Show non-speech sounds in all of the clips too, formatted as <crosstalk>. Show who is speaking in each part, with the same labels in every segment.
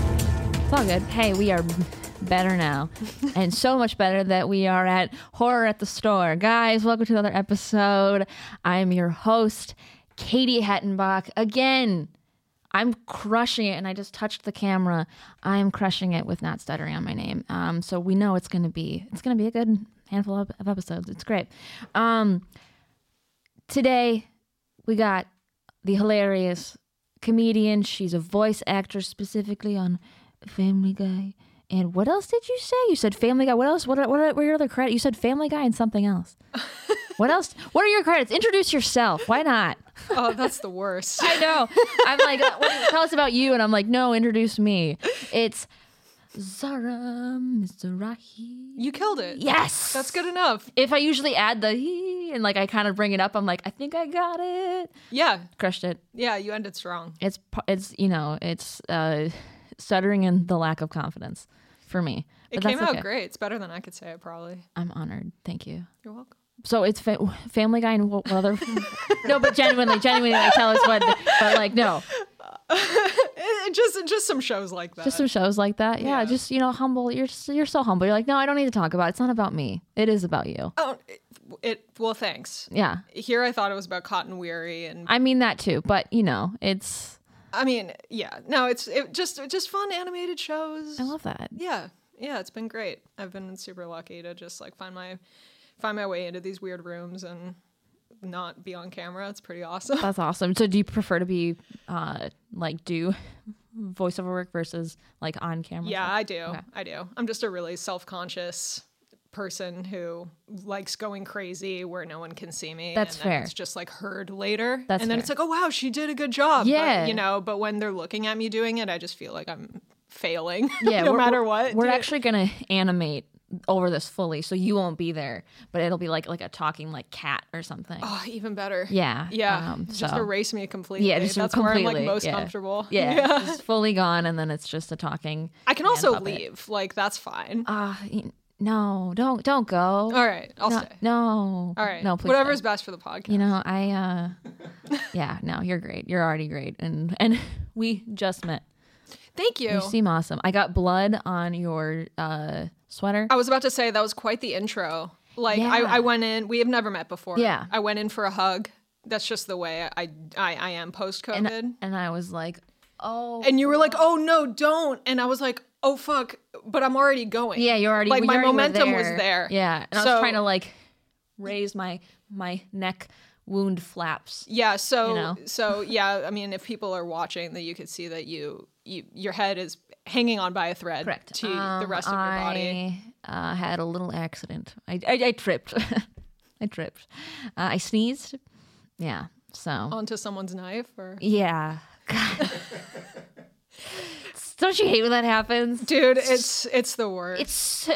Speaker 1: It's all good. Hey, we are better now, and so much better that we are at Horror at the Store. Guys, welcome to another episode. I'm your host, Katie Hettenbach. Again, I'm crushing it, and I just touched the camera. I'm crushing it with not stuttering on my name. Um, so we know it's gonna be it's gonna be a good handful of, of episodes. It's great. Um, today we got the hilarious comedian. She's a voice actor specifically on Family Guy. And what else did you say? You said Family Guy. What else? What, what were your other credits? You said Family Guy and something else. what else? What are your credits? Introduce yourself. Why not?
Speaker 2: Oh, that's the worst.
Speaker 1: <laughs> I know. I'm like, what, tell us about you. And I'm like, no, introduce me. It's Zara Mizrahi.
Speaker 2: You killed it.
Speaker 1: Yes.
Speaker 2: That's good enough.
Speaker 1: If I usually add the he and like I kind of bring it up, I'm like, I think I got it.
Speaker 2: Yeah.
Speaker 1: Crushed it.
Speaker 2: Yeah, you ended strong.
Speaker 1: it's p- it's you know it's uh stuttering and the lack of confidence for me
Speaker 2: It came out great. It's better than I could say it probably.
Speaker 1: i'm honored thank you
Speaker 2: You're welcome.
Speaker 1: so it's fa- family guy and what what
Speaker 2: <laughs>
Speaker 1: other <laughs> no but genuinely genuinely like tell us what but like no
Speaker 2: It, it Eh, just it just some shows like that.
Speaker 1: just some shows like that yeah,
Speaker 2: Yeah.
Speaker 1: just you know humble you're s- you're so humble you're like no i don't need to talk about it. it's not about me it is about you
Speaker 2: oh, it, it well, thanks.
Speaker 1: yeah
Speaker 2: Here I thought it was about Cotton Weary and
Speaker 1: i mean that too but you know it's
Speaker 2: I mean, yeah. No, it's it just just fun animated shows.
Speaker 1: i love that
Speaker 2: yeah. Yeah, it's been great. I've been super lucky to just like find my find my way into these weird rooms and not be on camera. It's pretty awesome.
Speaker 1: that's awesome so do you prefer to be uh like do voiceover work versus like on camera
Speaker 2: Yeah, I do.
Speaker 1: Okay.
Speaker 2: I do. I'm just a really self conscious person who likes going crazy where no one can see me.
Speaker 1: That's
Speaker 2: and then
Speaker 1: fair.
Speaker 2: It's just like heard later.
Speaker 1: That's
Speaker 2: and then
Speaker 1: fair.
Speaker 2: it's like, oh, wow, she did a good job.
Speaker 1: Yeah.
Speaker 2: But, you know, but when they're looking at me doing it, I just feel like I'm failing <laughs>
Speaker 1: yeah,
Speaker 2: no
Speaker 1: we're-
Speaker 2: matter
Speaker 1: we're-
Speaker 2: <laughs> what.
Speaker 1: We're
Speaker 2: dude.
Speaker 1: actually gonna animate over this fully, so you won't be there, but it'll be like like a talking like cat or something.
Speaker 2: Oh, even better.
Speaker 1: yeah,
Speaker 2: Yeah.
Speaker 1: Um,
Speaker 2: just <laughs>
Speaker 1: so-
Speaker 2: erase me completely.
Speaker 1: Yeah, just
Speaker 2: That's where I'm
Speaker 1: completely,
Speaker 2: like most
Speaker 1: yeah.
Speaker 2: comfortable.
Speaker 1: yeah,
Speaker 2: <laughs>
Speaker 1: it's just fully gone, and then it's just a talking.
Speaker 2: I can
Speaker 1: hand
Speaker 2: also
Speaker 1: puppet.
Speaker 2: leave. Like, that's fine.
Speaker 1: Ah, y- no, don't don't go.
Speaker 2: All right. I'll
Speaker 1: no,
Speaker 2: stay.
Speaker 1: no,
Speaker 2: All right.
Speaker 1: no, please.
Speaker 2: Whatever's
Speaker 1: don't.
Speaker 2: best for the podcast.
Speaker 1: you know, I
Speaker 2: <laughs>
Speaker 1: uh, yeah, no, you're great. You're already great, and and <laughs> we just met.
Speaker 2: Thank you.
Speaker 1: You seem awesome. I got blood on your uh sweater.
Speaker 2: I was about to say that was quite the intro. Like I,
Speaker 1: Yeah.
Speaker 2: I went in. We have never met before.
Speaker 1: Yeah.
Speaker 2: I went in for a hug. That's just the way I I, I am post COVID.
Speaker 1: and, uh,
Speaker 2: And,
Speaker 1: and I was like, oh,
Speaker 2: you were like, "Oh no, don't!" And I was like, "Oh fuck!" But I'm already going.
Speaker 1: Yeah, you already
Speaker 2: like
Speaker 1: we
Speaker 2: my
Speaker 1: already were
Speaker 2: momentum was
Speaker 1: there.
Speaker 2: there.
Speaker 1: Yeah, and I
Speaker 2: So-
Speaker 1: was trying to like raise my my neck wound flaps.
Speaker 2: Yeah. So
Speaker 1: You know.
Speaker 2: so yeah. I mean, if people are watching, that you could see that you you your head is hanging on by a thread
Speaker 1: Correct. Um,
Speaker 2: to the rest of your body.
Speaker 1: I uh, had a little accident. I I, I tripped. <laughs> I tripped. Uh, I sneezed. Yeah. So
Speaker 2: Onto someone's knife, or <laughs>
Speaker 1: yeah. God. Don't you hate when that happens?
Speaker 2: dude, it's it's the worst.
Speaker 1: It's so,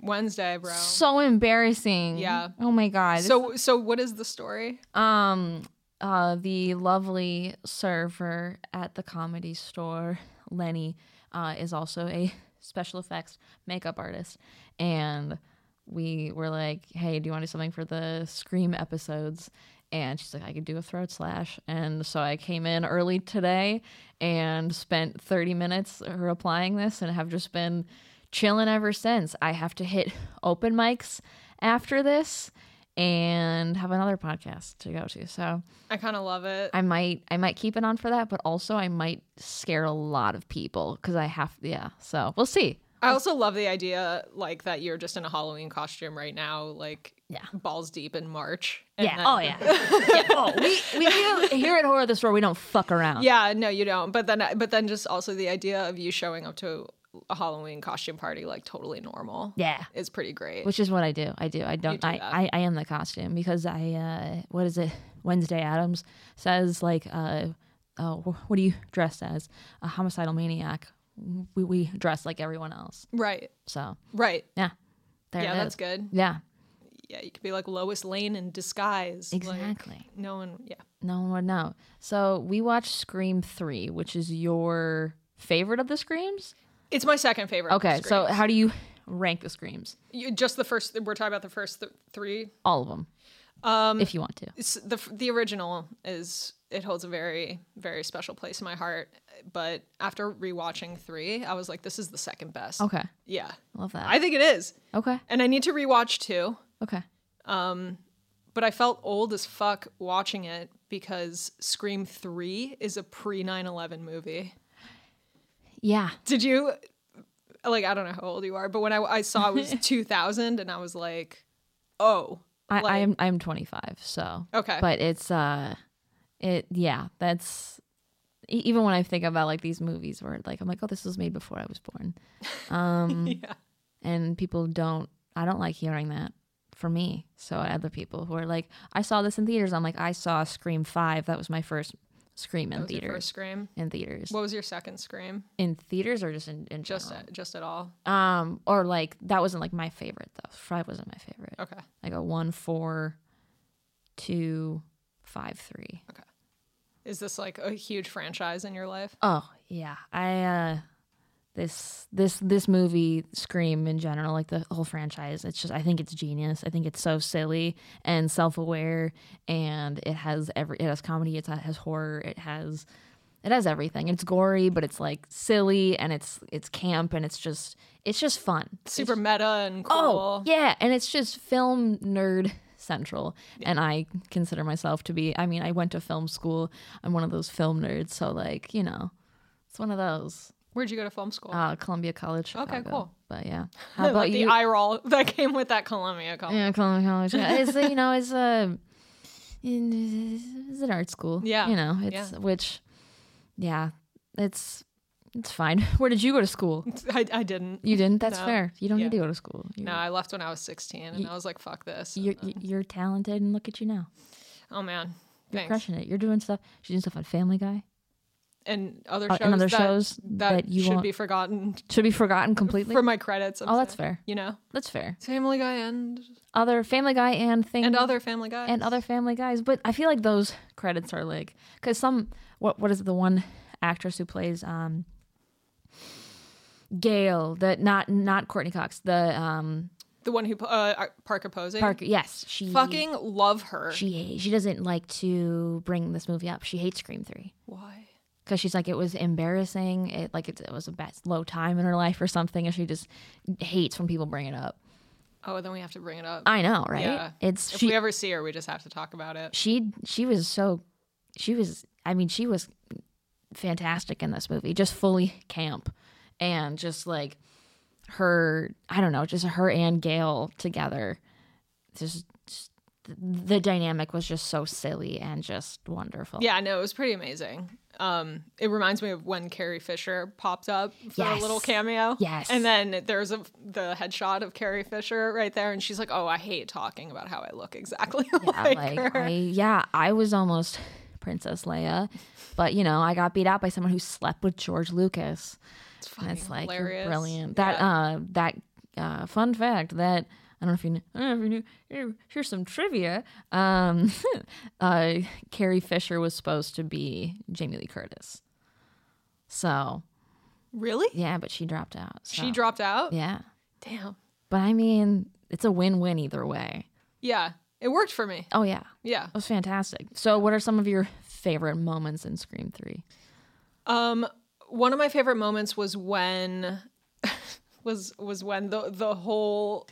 Speaker 2: Wednesday, bro.
Speaker 1: so embarrassing.
Speaker 2: Yeah.
Speaker 1: Oh my god.
Speaker 2: So so what is the story?
Speaker 1: um uh the lovely server at the comedy store lenny uh is also a <laughs> special effects makeup artist and we were like hey do you want to do something for the scream episodes and she's like i could do a throat slash and so i came in early today and spent 30 minutes replying this and have just been chilling ever since i have to hit <laughs> open mics after this and have another podcast to go to. So
Speaker 2: I kind of love it.
Speaker 1: I might I might keep it on for that, but also I might scare a lot of people because I have yeah. So we'll see.
Speaker 2: I also love the idea, like that you're just in a Halloween costume right now, like
Speaker 1: Yeah.
Speaker 2: balls deep in March. and
Speaker 1: Yeah.
Speaker 2: then-
Speaker 1: oh
Speaker 2: <laughs>
Speaker 1: yeah. yeah. Oh, we we don't- here at Horror at the Store we don't fuck around.
Speaker 2: yeah. No, you don't. But then, but then, just also the idea of you showing up to a Halloween costume party like totally normal.
Speaker 1: Yeah.
Speaker 2: is pretty great.
Speaker 1: Which is what I do. I do. I don't.
Speaker 2: do
Speaker 1: I,
Speaker 2: that.
Speaker 1: I. I am the costume because I. Uh, what is it? Wednesday Adams says like, uh, oh, wh- what do you dress as? A homicidal maniac. We we dress like everyone else.
Speaker 2: right.
Speaker 1: So
Speaker 2: Right.
Speaker 1: yeah, there
Speaker 2: yeah,
Speaker 1: it
Speaker 2: that's
Speaker 1: is.
Speaker 2: good.
Speaker 1: Yeah,
Speaker 2: Yeah, you could be like Lois Lane in disguise. like,
Speaker 1: exactly.
Speaker 2: no one. Yeah.
Speaker 1: No one would know. So we watched Scream 3, which is your favorite of the Screams?
Speaker 2: It's my second favorite. of the
Speaker 1: Okay, so
Speaker 2: Screams.
Speaker 1: how do you rank the Screams?
Speaker 2: You- just the first. We're talking about the first th- three.
Speaker 1: All of them. Um, if you want to.
Speaker 2: It's the the original is it holds a very very special place in my heart. But after rewatching three, I was like, this is the second best.
Speaker 1: Okay.
Speaker 2: Yeah,
Speaker 1: Love that.
Speaker 2: I think it is,
Speaker 1: okay.
Speaker 2: and I need to rewatch two.
Speaker 1: Okay.
Speaker 2: But I felt old as fuck watching it because Scream three is a pre 9-11 movie.
Speaker 1: Yeah.
Speaker 2: Did you like? I don't know how old you are, but when I, I saw
Speaker 1: <laughs>
Speaker 2: it was two thousand, and I was like, oh,
Speaker 1: I,
Speaker 2: Like-
Speaker 1: I'm I'm 25, so
Speaker 2: Okay.
Speaker 1: But it's uh, it yeah, that's e- even when I think about like these movies where like I'm like, oh, this was made before I was
Speaker 2: <laughs>
Speaker 1: born, Um,
Speaker 2: yeah,
Speaker 1: and people don't. I don't like hearing that for me. So other people who are like, I saw this in theaters. I'm like, I saw Scream Five. That was my first Scream
Speaker 2: that
Speaker 1: in
Speaker 2: was your first
Speaker 1: theaters.
Speaker 2: Scream.
Speaker 1: In theaters,
Speaker 2: What was your second Scream?
Speaker 1: in theaters or just in, in
Speaker 2: Just
Speaker 1: general?
Speaker 2: at, just at all?
Speaker 1: um, or like that wasn't like my favorite though. Five wasn't my favorite.
Speaker 2: Okay.
Speaker 1: Like a one, four, two, five, three.
Speaker 2: Is this like a huge franchise in your life?
Speaker 1: Oh yeah, I uh, this this this movie Scream in general, like the whole franchise. It's just I think it's genius. I think it's so silly and self aware, and it has every it has comedy, it has horror, it has it has everything. It's gory, but it's like silly and it's it's camp and it's just it's just fun.
Speaker 2: Super meta and
Speaker 1: Oh,
Speaker 2: cool.
Speaker 1: yeah. And it's just film nerd <laughs> central. And I consider myself to be, I mean, I went to film school. I'm one of those film nerds. So, like, you know, it's one of those.
Speaker 2: Where'd you go to film school?
Speaker 1: Uh, Columbia College.
Speaker 2: Okay,
Speaker 1: Chicago.
Speaker 2: cool.
Speaker 1: But
Speaker 2: <laughs>
Speaker 1: yeah.
Speaker 2: I
Speaker 1: How
Speaker 2: love
Speaker 1: about
Speaker 2: the
Speaker 1: you? Mm.
Speaker 2: eye roll <laughs> that came with that Columbia
Speaker 1: <laughs>
Speaker 2: call.
Speaker 1: yeah, Columbia College. Yeah. It's, you know, it's a, <laughs> it's an art school.
Speaker 2: Yeah,
Speaker 1: You know, it's, which, yeah, it's, it's fine. <laughs> Where did you go to school?
Speaker 2: I, I didn't.
Speaker 1: You didn't? That's
Speaker 2: No.
Speaker 1: fair. You don't
Speaker 2: Yeah.
Speaker 1: need to go to school. You,
Speaker 2: No, I left when I was 16 and
Speaker 1: You-
Speaker 2: I was like, fuck this. uh,
Speaker 1: You're, you're talented and look at you now.
Speaker 2: oh, man.
Speaker 1: You're
Speaker 2: Thanks.
Speaker 1: crushing it. You're doing stuff. She's doing stuff on Family Guy
Speaker 2: And other
Speaker 1: uh,
Speaker 2: shows,
Speaker 1: and other
Speaker 2: that,
Speaker 1: shows
Speaker 2: that,
Speaker 1: that, you
Speaker 2: should
Speaker 1: won't
Speaker 2: be forgotten
Speaker 1: should be forgotten completely.
Speaker 2: from my credits. I'm
Speaker 1: oh, that's
Speaker 2: saying.
Speaker 1: fair.
Speaker 2: You know,
Speaker 1: That's fair.
Speaker 2: Family Guy and
Speaker 1: Other Family Guy and things
Speaker 2: and other Family Guy
Speaker 1: and other Family Guys, but I feel like those credits are like because some what what is it, the one actress who plays um Gail the not not Courtney Cox the um
Speaker 2: the one who uh, Parker Posey.
Speaker 1: Parker yes she
Speaker 2: Fucking love her.
Speaker 1: she she doesn't like to bring this movie up she hates Scream Three.
Speaker 2: Why?
Speaker 1: because she's like it was embarrassing it like it, it was a bad low time in her life or something and she just hates when people bring it up
Speaker 2: Oh, then we have to bring it up.
Speaker 1: i know right
Speaker 2: Yeah.
Speaker 1: it's
Speaker 2: if
Speaker 1: she
Speaker 2: we ever see her, we just have to talk about it.
Speaker 1: she she was so she was i mean she was fantastic in this movie just fully camp and just like her i don't know just her and gail together just, just the dynamic was just so silly and just wonderful
Speaker 2: Yeah, no, it was pretty amazing. Um, it reminds me of when Carrie Fisher popped up for a little
Speaker 1: Yes.
Speaker 2: cameo.
Speaker 1: Yes.
Speaker 2: And then there's a the headshot of Carrie Fisher right there, and she's like, "Oh, I hate talking about how I look exactly <laughs>
Speaker 1: Yeah,
Speaker 2: like,
Speaker 1: like,
Speaker 2: her."
Speaker 1: I, yeah, I was almost Princess Leia, but you know, I got beat out by someone who slept with George Lucas.
Speaker 2: it's
Speaker 1: And
Speaker 2: fucking
Speaker 1: it's like you're
Speaker 2: hilarious.
Speaker 1: brilliant. That uh, that uh, fun fact that I don't know if you knew. I don't know if you knew. Here, here's some trivia. Um, <laughs> uh, Carrie Fisher was supposed to be Jamie Lee Curtis. So
Speaker 2: Really?
Speaker 1: yeah, but she dropped out. So,
Speaker 2: She dropped out.
Speaker 1: Yeah,
Speaker 2: Damn.
Speaker 1: but I mean, it's a win-win either way.
Speaker 2: Yeah, it worked for me.
Speaker 1: Oh yeah.
Speaker 2: Yeah.
Speaker 1: It was fantastic. So, what are some of your favorite moments in Scream 3?
Speaker 2: Um, one of my favorite moments was when <laughs> was was when the the whole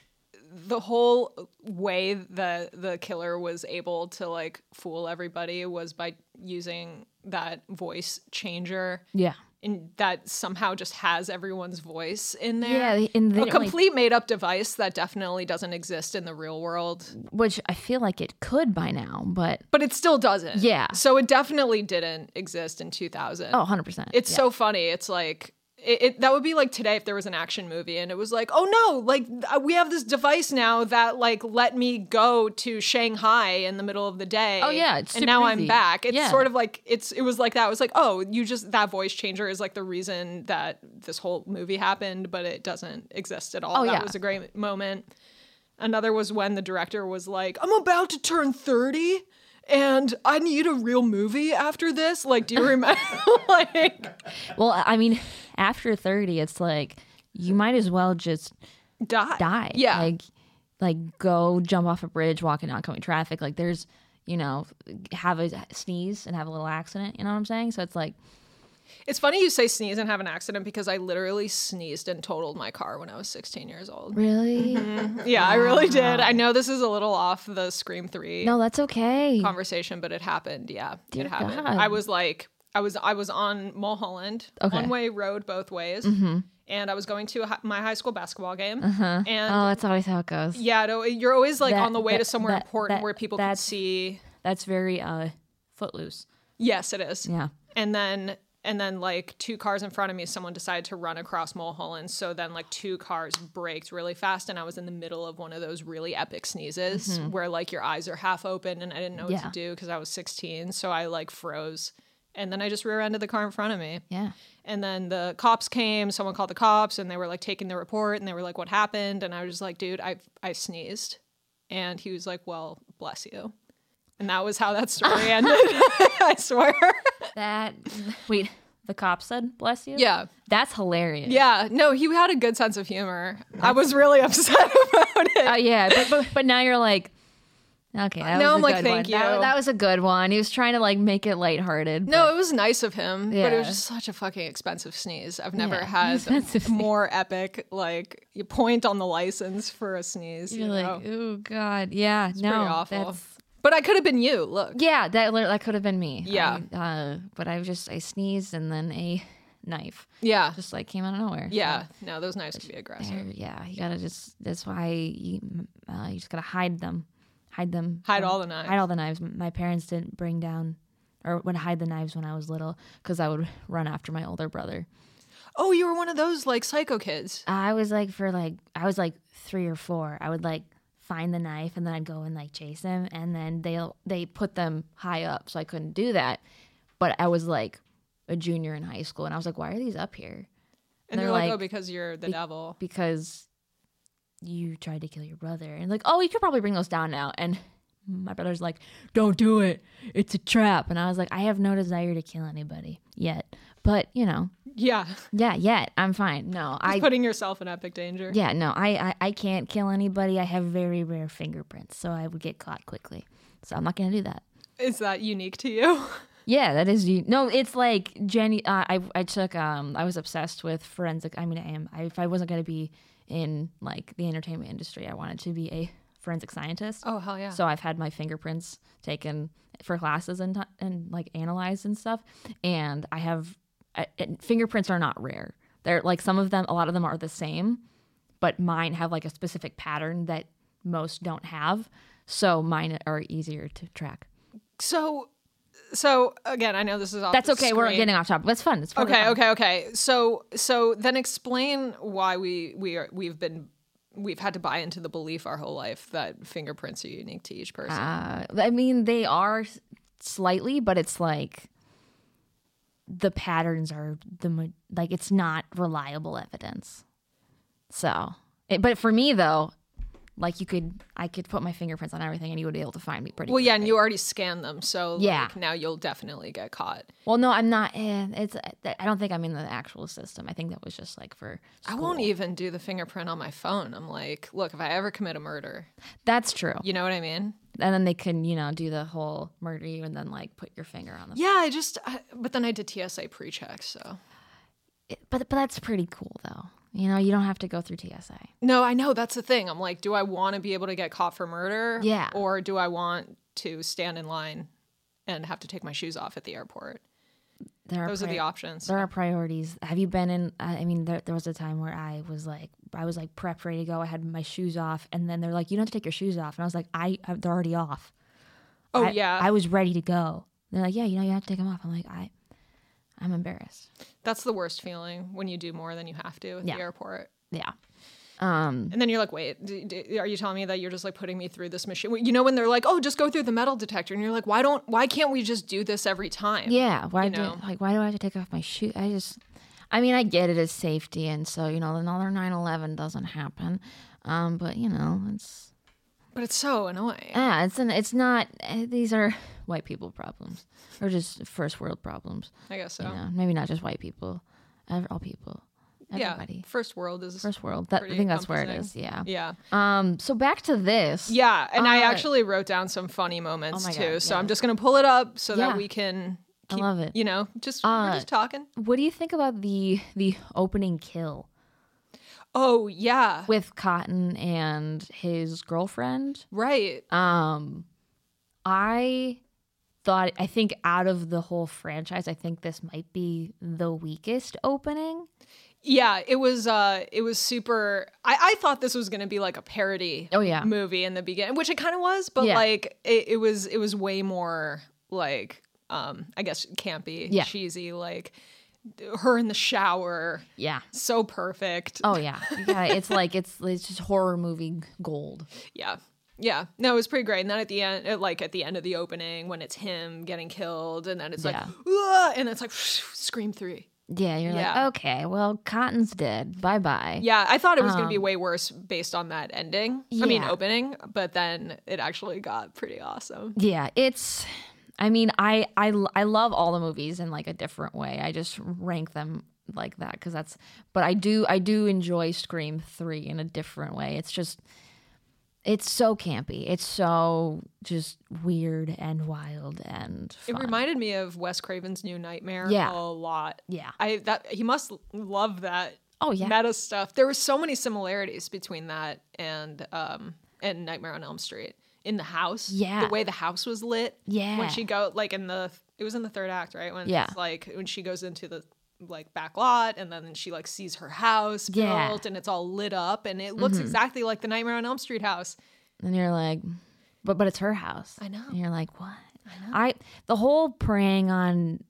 Speaker 2: the whole way the the killer was able to like fool everybody was by using that voice changer
Speaker 1: Yeah.
Speaker 2: and that somehow just has everyone's voice in there.
Speaker 1: Yeah. And then
Speaker 2: a
Speaker 1: it, like,
Speaker 2: complete made up device that definitely doesn't exist in the real world,
Speaker 1: which I feel like it could by now, but
Speaker 2: but it still doesn't.
Speaker 1: Yeah.
Speaker 2: So it definitely didn't exist in 2000.
Speaker 1: oh, 100%.
Speaker 2: It's so funny. It's like it, it that would be like today if there was an action movie and it was like, "Oh no, like uh, we have this device now that like let me go to Shanghai in the middle of the day."
Speaker 1: Oh, yeah, it's
Speaker 2: and
Speaker 1: super
Speaker 2: now
Speaker 1: easy.
Speaker 2: I'm back. It's
Speaker 1: Yeah.
Speaker 2: sort of like it's it was like that. It was like, "Oh, you just that voice changer is like the reason that this whole movie happened, but it doesn't exist at all."
Speaker 1: Oh,
Speaker 2: that
Speaker 1: yeah.
Speaker 2: was a great moment. Another was when the director was like, I'm about to turn 30 and I need a real movie after this.
Speaker 1: <laughs>
Speaker 2: Like, do you remember? <laughs> like,
Speaker 1: well, I mean, after 30, it's like you might as well just
Speaker 2: die.
Speaker 1: die.
Speaker 2: Yeah.
Speaker 1: Like, like go jump off a bridge, walk in oncoming traffic. Like there's, you know, have a sneeze and have a little accident. You know what I'm saying? So it's like,
Speaker 2: It's funny you say sneeze and have an accident because I literally sneezed and totaled my car when I was 16 years old.
Speaker 1: really?
Speaker 2: Yeah, I really did. I know this is a little off the Scream 3
Speaker 1: No, that's okay.
Speaker 2: conversation, but it happened. Yeah,
Speaker 1: Dear
Speaker 2: it happened.
Speaker 1: God.
Speaker 2: I was like, I was I was on Mulholland,
Speaker 1: Okay. Mm-hmm.
Speaker 2: one way road both ways, and I was going to a, hi- my high school basketball game,
Speaker 1: Huh.
Speaker 2: and
Speaker 1: Oh, that's always how it goes.
Speaker 2: yeah, no, you're always like
Speaker 1: That-
Speaker 2: on the way to
Speaker 1: that-
Speaker 2: somewhere
Speaker 1: that-
Speaker 2: important
Speaker 1: that-
Speaker 2: where people can
Speaker 1: that's-
Speaker 2: see.
Speaker 1: That's very uh, footloose.
Speaker 2: Yes, it is.
Speaker 1: Yeah.
Speaker 2: and then and then like two cars in front of me someone decided to run across mulholland so then like two cars braked really fast and i was in the middle of one of those really epic sneezes where like your eyes are half open and i didn't know what
Speaker 1: Mm-hmm. Yeah.
Speaker 2: to do because i was 16 so i like froze and then i just rear-ended the car in front of me
Speaker 1: Yeah.
Speaker 2: and then the cops came someone called the cops and they were like taking the report and they were like what happened and i was just like dude i i sneezed and he was like well bless you and that was how
Speaker 1: <laughs>
Speaker 2: that story ended <laughs> i swear <laughs>
Speaker 1: That. Wait. The cop said, "Bless you."
Speaker 2: yeah
Speaker 1: That's hilarious.
Speaker 2: Yeah, no, he had a good sense of humor. I was really <laughs> upset about it.
Speaker 1: Oh yeah, but, but but now you're like, okay. That
Speaker 2: Now
Speaker 1: was
Speaker 2: I'm
Speaker 1: a
Speaker 2: like,
Speaker 1: good
Speaker 2: thank
Speaker 1: one. That,
Speaker 2: you.
Speaker 1: that was a good one. He was trying to like make it lighthearted.
Speaker 2: no, it was nice of him, but it was
Speaker 1: Yeah.
Speaker 2: just such a fucking expensive sneeze. I've never
Speaker 1: <laughs> Yeah,
Speaker 2: had
Speaker 1: expensive
Speaker 2: a more epic like you point on the license for a sneeze.
Speaker 1: but
Speaker 2: You
Speaker 1: you're
Speaker 2: know?
Speaker 1: like, oh god, yeah. no,
Speaker 2: pretty awful.
Speaker 1: that's
Speaker 2: but I could have been you. Look,
Speaker 1: yeah. That li- that could have been me.
Speaker 2: Yeah.
Speaker 1: I, uh, but I just I sneezed and then a knife
Speaker 2: yeah,
Speaker 1: just like came out of nowhere. so
Speaker 2: yeah. No, those knives could be aggressive.
Speaker 1: there- yeah, you gotta just. That's why you, uh, you just gotta hide them, hide them,
Speaker 2: Hide
Speaker 1: from-
Speaker 2: all the knives.
Speaker 1: hide all the knives. My parents didn't bring down or would hide the knives when I was little because I would <laughs> run after my older brother.
Speaker 2: Oh, you were one of those like psycho kids.
Speaker 1: I was like for like I was like three or four. I would like find the knife and then I'd go and like chase him and then they they put them high up so I couldn't do that. But I was like a junior in high school and I was like, why are these up here?
Speaker 2: And
Speaker 1: They're
Speaker 2: they're like,
Speaker 1: like-
Speaker 2: oh, because you're the devil.
Speaker 1: Because you tried to kill your brother and like, oh, you could probably bring those down now. And my brother's like, don't do it. It's a trap. And I was like, I have no desire to kill anybody yet. But you know,
Speaker 2: Yeah, <laughs>
Speaker 1: yeah, yet I'm fine. No, I
Speaker 2: putting yourself in epic danger.
Speaker 1: Yeah, no, I, I I can't kill anybody. I have very rare fingerprints, so I would get caught quickly. So I'm not gonna do that.
Speaker 2: Is that unique to you?
Speaker 1: Yeah, that is you. No, it's like Jenny. Uh, I I took um I was obsessed with forensic. I mean, I am. I, if I wasn't gonna be in like the entertainment industry, I wanted to be a forensic scientist.
Speaker 2: Oh hell yeah.
Speaker 1: So I've had my fingerprints taken for classes and t- and like analyzed and stuff. And I have I, and fingerprints are not rare. They're like some of them, a lot of them are the same, but mine have like a specific pattern that most don't have. So mine are easier to track.
Speaker 2: So, so again, I know this is off.
Speaker 1: That's
Speaker 2: the
Speaker 1: okay. We're
Speaker 2: screen.
Speaker 1: getting off topic. That's fun. It's fun.
Speaker 2: Okay, okay, okay. So, so then explain why we we are we've been we've had to buy into the belief our whole life that fingerprints are unique to each person.
Speaker 1: Uh, I mean, they are s- slightly, but it's like the patterns are the ma- like it's not reliable evidence. So, it, but for me though, like you could, I could put my fingerprints on everything, and you would be able to find me pretty.
Speaker 2: well,
Speaker 1: quick.
Speaker 2: yeah, and you already scanned them, so
Speaker 1: Yeah.
Speaker 2: like, now you'll definitely get caught.
Speaker 1: Well, no, I'm not. Eh, it's. I don't think I'm in the actual system. I think that was just like for.
Speaker 2: I won't even do the fingerprint on my phone. I'm like, look, if I ever commit a murder,
Speaker 1: That's true.
Speaker 2: you know what I mean?
Speaker 1: And then they can, you know, do the whole murder you and then like put your finger on the.
Speaker 2: Yeah, I just, I, but then I did TSA pre-check, so
Speaker 1: But but that's pretty cool though. You know, you don't have to go through TSA.
Speaker 2: No, I know that's the thing. I'm like, do I want to be able to get caught for murder?
Speaker 1: Yeah.
Speaker 2: Or do I want to stand in line and have to take my shoes off at the airport?
Speaker 1: There are
Speaker 2: Those are
Speaker 1: prior-
Speaker 2: the options.
Speaker 1: There are priorities. Have you been in? I I mean, there, there was a time where I was like, I was like prepped, ready to go. I had my shoes off, and then they're like, "You don't have to take your shoes off," and I was like, "I, I they're already off."
Speaker 2: Oh
Speaker 1: I-
Speaker 2: yeah,
Speaker 1: I was ready to go. They're like, "Yeah, you know, you have to take them off." I'm like, I, I'm embarrassed.
Speaker 2: that's the worst feeling when you do more than you have to at
Speaker 1: Yeah.
Speaker 2: the airport.
Speaker 1: Yeah. Um.
Speaker 2: And then you're like, wait, d- d- are you telling me that you're just like putting me through this machine? You know, when they're like, oh, just go through the metal detector, and you're like, why don't, why can't we just do this every time?
Speaker 1: Yeah. Why do
Speaker 2: know.
Speaker 1: like why do I have to take off my shoe? I just, I mean, I get it as safety, and so you know, another 9/11 doesn't happen. Um. But you know, it's
Speaker 2: But it's so annoying.
Speaker 1: Yeah, Ah, it's an, it's not. eh, These are white people problems, or just first world problems.
Speaker 2: I guess so.
Speaker 1: You know, maybe not just white people, ev- all people. Everybody.
Speaker 2: Yeah. First world is
Speaker 1: First world. That, I
Speaker 2: Pretty
Speaker 1: think that's where it is.
Speaker 2: encompassing.
Speaker 1: Yeah.
Speaker 2: yeah.
Speaker 1: Um. So back to this.
Speaker 2: Yeah, and I
Speaker 1: Uh,
Speaker 2: actually wrote down some funny moments
Speaker 1: my God,
Speaker 2: too. So
Speaker 1: yeah.
Speaker 2: I'm just gonna pull it up so
Speaker 1: Yeah.
Speaker 2: that we can.
Speaker 1: I
Speaker 2: Keep,
Speaker 1: love it.
Speaker 2: You know, just
Speaker 1: Uh,
Speaker 2: we're just talking.
Speaker 1: What do you think about the the opening kill
Speaker 2: Oh yeah,
Speaker 1: with Cotton and his girlfriend?
Speaker 2: right.
Speaker 1: Um, I thought I think out of the whole franchise, I think this might be the weakest opening.
Speaker 2: Yeah, it was. Uh, it was super. I, I thought this was gonna be like a parody.
Speaker 1: Oh, yeah.
Speaker 2: movie in the beginning, which it kind of was, but
Speaker 1: Yeah.
Speaker 2: like it, it was. It was way more like, um, I guess campy,
Speaker 1: Yeah.
Speaker 2: cheesy, like her in the shower,
Speaker 1: Yeah.
Speaker 2: so perfect.
Speaker 1: Oh yeah. Yeah. It's like it's it's just horror movie gold.
Speaker 2: Yeah. Yeah. No, it was pretty great. And then at the end, uh, like at the end of the opening, when it's him getting killed, and then it's like,
Speaker 1: Yeah.
Speaker 2: "Ugh," and it's like, <laughs> scream three.
Speaker 1: Yeah. You're
Speaker 2: Yeah.
Speaker 1: like, okay, well, Cotton's dead. Bye bye.
Speaker 2: Yeah. I thought it was going to be way worse based on that ending. I mean,
Speaker 1: Um. Yeah.
Speaker 2: opening, but then it actually got pretty awesome.
Speaker 1: Yeah, it's. I mean, I I l- I love all the movies in like a different way. I just rank them like that because that's. But I do I do enjoy Scream three in a different way. It's just. It's so campy. It's so just weird and wild and
Speaker 2: It
Speaker 1: fun.
Speaker 2: reminded me of Wes Craven's New Nightmare
Speaker 1: Yeah.
Speaker 2: a lot.
Speaker 1: yeah.
Speaker 2: I that he must love that
Speaker 1: Oh yeah.
Speaker 2: meta stuff. There were so many similarities between that and um and Nightmare on Elm Street in the house.
Speaker 1: Yeah.
Speaker 2: the way the house was lit.
Speaker 1: Yeah.
Speaker 2: when she go like in the it was in the third act, right? When
Speaker 1: Yeah.
Speaker 2: it's like when she goes into the like back lot and then she like sees her house
Speaker 1: Yeah. Mm-hmm.
Speaker 2: built and it's all lit up and it looks exactly like the Nightmare on Elm Street house.
Speaker 1: and you're like, but but it's her house.
Speaker 2: I know.
Speaker 1: And you're like, what? I know. I the whole preying on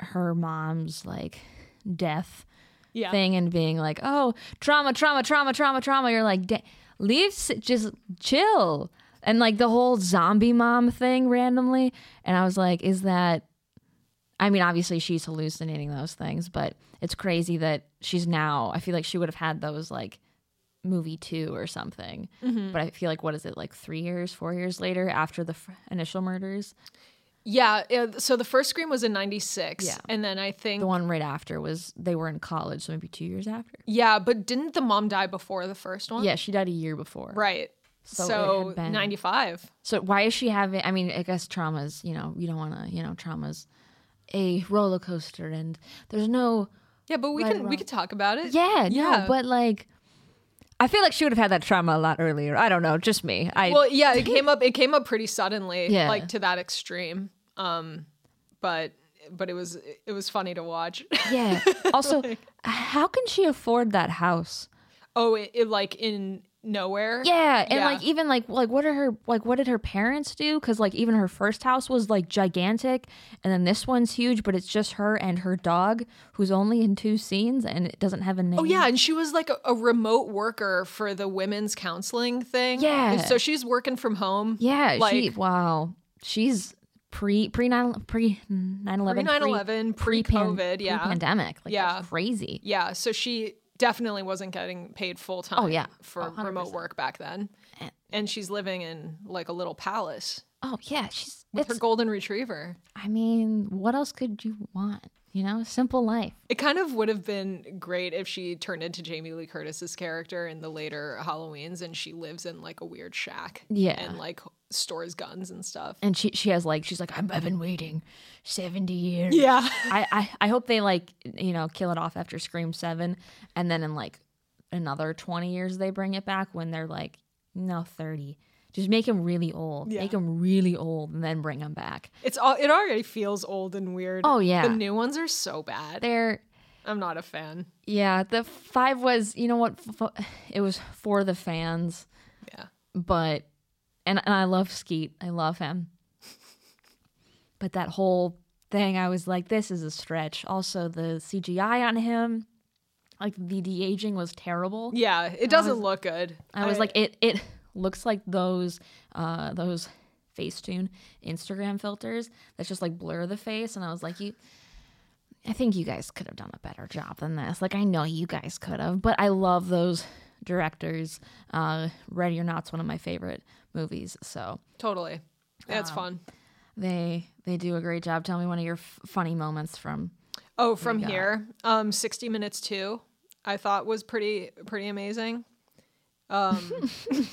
Speaker 1: her mom's like death
Speaker 2: Yeah,
Speaker 1: thing and being like, oh, trauma, trauma, trauma, trauma, trauma. You're like, da- leave, s- just chill. And like the whole zombie mom thing randomly. And I was like, is that, I mean, obviously she's hallucinating those things, but it's crazy that she's now, I feel like she would have had those like movie two or something. But I feel like, what is it, like three years, four years later after the fr- initial murders?
Speaker 2: yeah. uh, So the first scream was in '96,
Speaker 1: Yeah.
Speaker 2: and then I think
Speaker 1: The one right after was they were in college, so maybe two years after.
Speaker 2: yeah, but didn't the mom die before the first one?
Speaker 1: Yeah, she died a year before.
Speaker 2: right.
Speaker 1: So it
Speaker 2: so
Speaker 1: had been-
Speaker 2: '95.
Speaker 1: So why is she having? I mean, I guess traumas. You know, you don't want to. You know, traumas. A roller coaster, and there's no.
Speaker 2: Yeah, but we
Speaker 1: Right or
Speaker 2: can we
Speaker 1: wrong.
Speaker 2: can talk about it.
Speaker 1: Yeah,
Speaker 2: Yeah.
Speaker 1: no, but like, I feel like she would have had that trauma a lot earlier. I don't know, just me. I <laughs>
Speaker 2: Well, yeah, it came up it came up pretty suddenly,
Speaker 1: Yeah.
Speaker 2: like to that extreme. Um but but it was it was funny to watch. <laughs>
Speaker 1: yeah. <laughs> Also, how can she afford that house?
Speaker 2: oh, it, it like in nowhere.
Speaker 1: Yeah, and
Speaker 2: Yeah.
Speaker 1: like even like like what are her like what did her parents do? Because like even her first house was like gigantic, and then this one's huge, but it's just her and her dog, who's only in two scenes and it doesn't have a name.
Speaker 2: Oh yeah, and she was like a, a remote worker for the women's counseling thing.
Speaker 1: Yeah.
Speaker 2: And so she's working from home.
Speaker 1: Yeah, she
Speaker 2: Like-
Speaker 1: wow. She's pre pre nine pre nine eleven
Speaker 2: 9/11, pre-COVID, yeah.
Speaker 1: pandemic like
Speaker 2: Yeah.
Speaker 1: that's crazy.
Speaker 2: Yeah, so she definitely wasn't getting paid full time
Speaker 1: Oh, yeah.
Speaker 2: for
Speaker 1: Oh, 100%.
Speaker 2: remote work back then.
Speaker 1: Eh.
Speaker 2: And she's living in like a little palace
Speaker 1: Oh yeah, she's
Speaker 2: with
Speaker 1: it's,
Speaker 2: her golden retriever.
Speaker 1: I mean, what else could you want? You know, simple life.
Speaker 2: It kind of would have been great if she turned into Jamie Lee Curtis's character in the later Halloweens and she lives in like a weird shack.
Speaker 1: Yeah.
Speaker 2: And like stores guns and stuff.
Speaker 1: And she she has like she's like I'm, I've been waiting seventy years.
Speaker 2: Yeah.
Speaker 1: I, I I hope they like you know kill it off after Scream Seven, and then in like another twenty years they bring it back when they're like no thirty. Just make him really old. Make him really old, and then bring him back.
Speaker 2: It's all it already feels old and weird.
Speaker 1: Oh, yeah.
Speaker 2: The new ones are so bad.
Speaker 1: They're
Speaker 2: I'm not a fan.
Speaker 1: yeah. The five was you know what f- it was for the fans,
Speaker 2: Yeah.
Speaker 1: but and and I love Skeet. I love him. But that whole thing, I was like, this is a stretch. Also, the CGI on him, like the de aging was terrible.
Speaker 2: Yeah. It doesn't look good.
Speaker 1: I was like, it it <laughs> looks like those uh those Facetune Instagram filters that just like blur the face, and I was like, you. I think you guys could have done a better job than this. Like I know you guys could have, but I love those directors. Uh, Ready or Not's one of my favorite movies, so
Speaker 2: totally. That's
Speaker 1: Oh.
Speaker 2: fun.
Speaker 1: they they do a great job. Tell me one of your f- funny moments from.
Speaker 2: Oh, from here, um, 60 Minutes 2. I thought was pretty pretty amazing. Um, <laughs>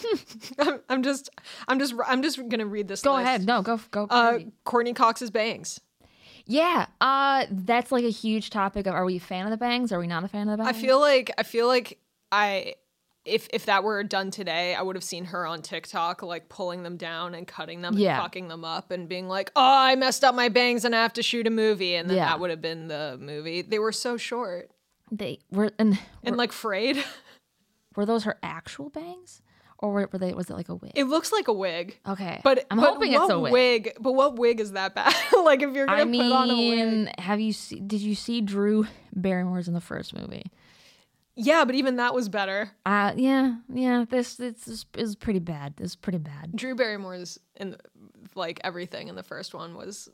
Speaker 2: I'm, I'm just I'm just I'm just gonna read this.
Speaker 1: Go
Speaker 2: list.
Speaker 1: ahead. No, go go.
Speaker 2: Uh,
Speaker 1: crazy.
Speaker 2: Courtney Cox's bangs.
Speaker 1: yeah, uh, that's like a huge topic of are we a fan of the bangs? Are we not a fan of the
Speaker 2: I
Speaker 1: bangs?
Speaker 2: feel like I feel like I if if that were done today, I would have seen her on TikTok like pulling them down and cutting them
Speaker 1: Yeah.
Speaker 2: and fucking them up and being like, "Oh, I messed up my bangs and I have to shoot a movie." And then
Speaker 1: Yeah.
Speaker 2: that would have been the movie. They were so short
Speaker 1: they were and
Speaker 2: and like frayed. <laughs>
Speaker 1: were those her actual bangs, or were, were they? Was it like a wig?
Speaker 2: It looks like a wig.
Speaker 1: okay,
Speaker 2: But
Speaker 1: I'm
Speaker 2: but
Speaker 1: hoping
Speaker 2: what
Speaker 1: it's a wig.
Speaker 2: But what wig is that bad? <laughs> like if you're gonna
Speaker 1: I mean,
Speaker 2: put on a wig.
Speaker 1: have you see, did you see Drew Barrymore's in the first movie?
Speaker 2: Yeah, but even that was better.
Speaker 1: Uh yeah, yeah. This this is, is pretty bad. This is pretty bad.
Speaker 2: Drew Barrymore's in like everything in the first one was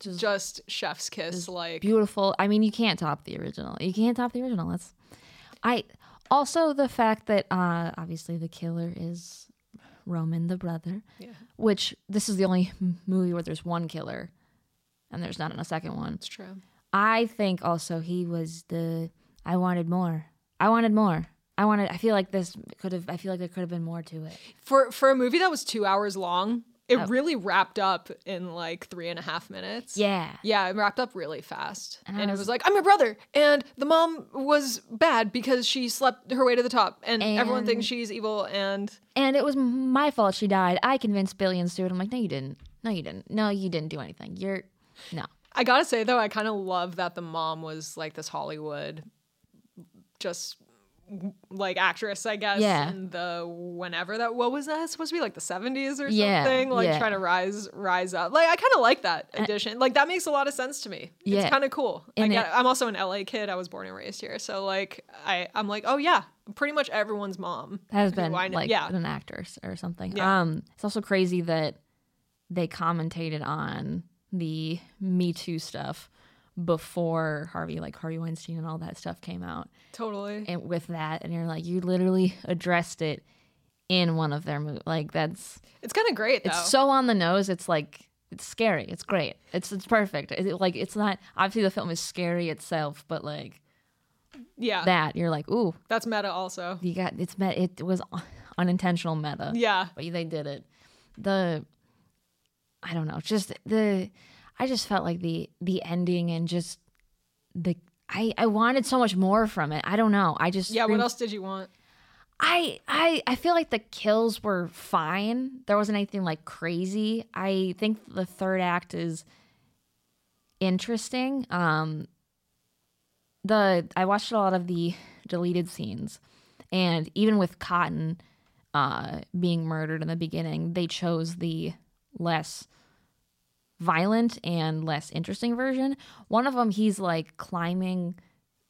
Speaker 1: Just-
Speaker 2: just, chef's kiss like
Speaker 1: Beautiful. I mean, you can't top the original. You can't top the original. That's I also the fact that uh obviously the killer is Roman the brother,
Speaker 2: yeah.
Speaker 1: which this is the only m- movie where there's one killer and there's not in a second one.
Speaker 2: It's true.
Speaker 1: I think also he was the I wanted more. I wanted more. I wanted I feel like this could have I feel like there could have been more to it.
Speaker 2: For for a movie that was two hours long, it really wrapped up in like three and a half minutes.
Speaker 1: Yeah.
Speaker 2: Yeah, it wrapped up really fast.
Speaker 1: And
Speaker 2: And,
Speaker 1: I
Speaker 2: it
Speaker 1: was-
Speaker 2: was like, I'm your brother. And the mom was bad because she slept her way to the top. And, everyone
Speaker 1: And-
Speaker 2: thinks she's evil. And
Speaker 1: And it was my fault she died. I convinced Billy and Stuart. I'm like, no, you didn't. No, you didn't. No, you didn't do anything. You're no.
Speaker 2: I gotta say, though, I kind of love that the mom was like this Hollywood, just like actress, I guess.
Speaker 1: Yeah.
Speaker 2: In the whenever that, what was that supposed to be? Like the 70s or
Speaker 1: Yeah,
Speaker 2: something? Like
Speaker 1: yeah.
Speaker 2: trying to rise rise up. Like, I kind of like that addition. Like, that makes a lot of sense to me.
Speaker 1: Yeah.
Speaker 2: It's kind of cool. I
Speaker 1: And
Speaker 2: get,
Speaker 1: it-
Speaker 2: I'm also an LA kid. I was born and raised here. So, like, I, I'm like, oh, yeah, pretty much everyone's mom.
Speaker 1: Has
Speaker 2: who
Speaker 1: been
Speaker 2: I know-
Speaker 1: like
Speaker 2: yeah.
Speaker 1: an actress or something.
Speaker 2: Yeah.
Speaker 1: Um it's also crazy that they commentated on the Me Too stuff before Harvey, like Harvey Weinstein and all that stuff came out.
Speaker 2: Totally.
Speaker 1: And with that, and you're like, you literally addressed it in one of their movies. Like that's
Speaker 2: It's kind of great, though.
Speaker 1: It's so on the nose. It's like it's scary. It's great. It's it's perfect. It- it- like it's not obviously the film is scary itself, but like
Speaker 2: yeah.
Speaker 1: that you're like, ooh,
Speaker 2: that's meta, also.
Speaker 1: you got it's met. It was unintentional meta,
Speaker 2: Yeah.
Speaker 1: but they did it. The I don't know, just the I just felt like the the ending and just the I I wanted so much more from it. I don't know. I just
Speaker 2: Yeah. What
Speaker 1: screamed-
Speaker 2: else did you want?
Speaker 1: I I I feel like the kills were fine. There wasn't anything like crazy. I think the third act is interesting. Um the I watched a lot of the deleted scenes and even with Cotton uh being murdered in the beginning, they chose the less violent and less interesting version. One of them he's like climbing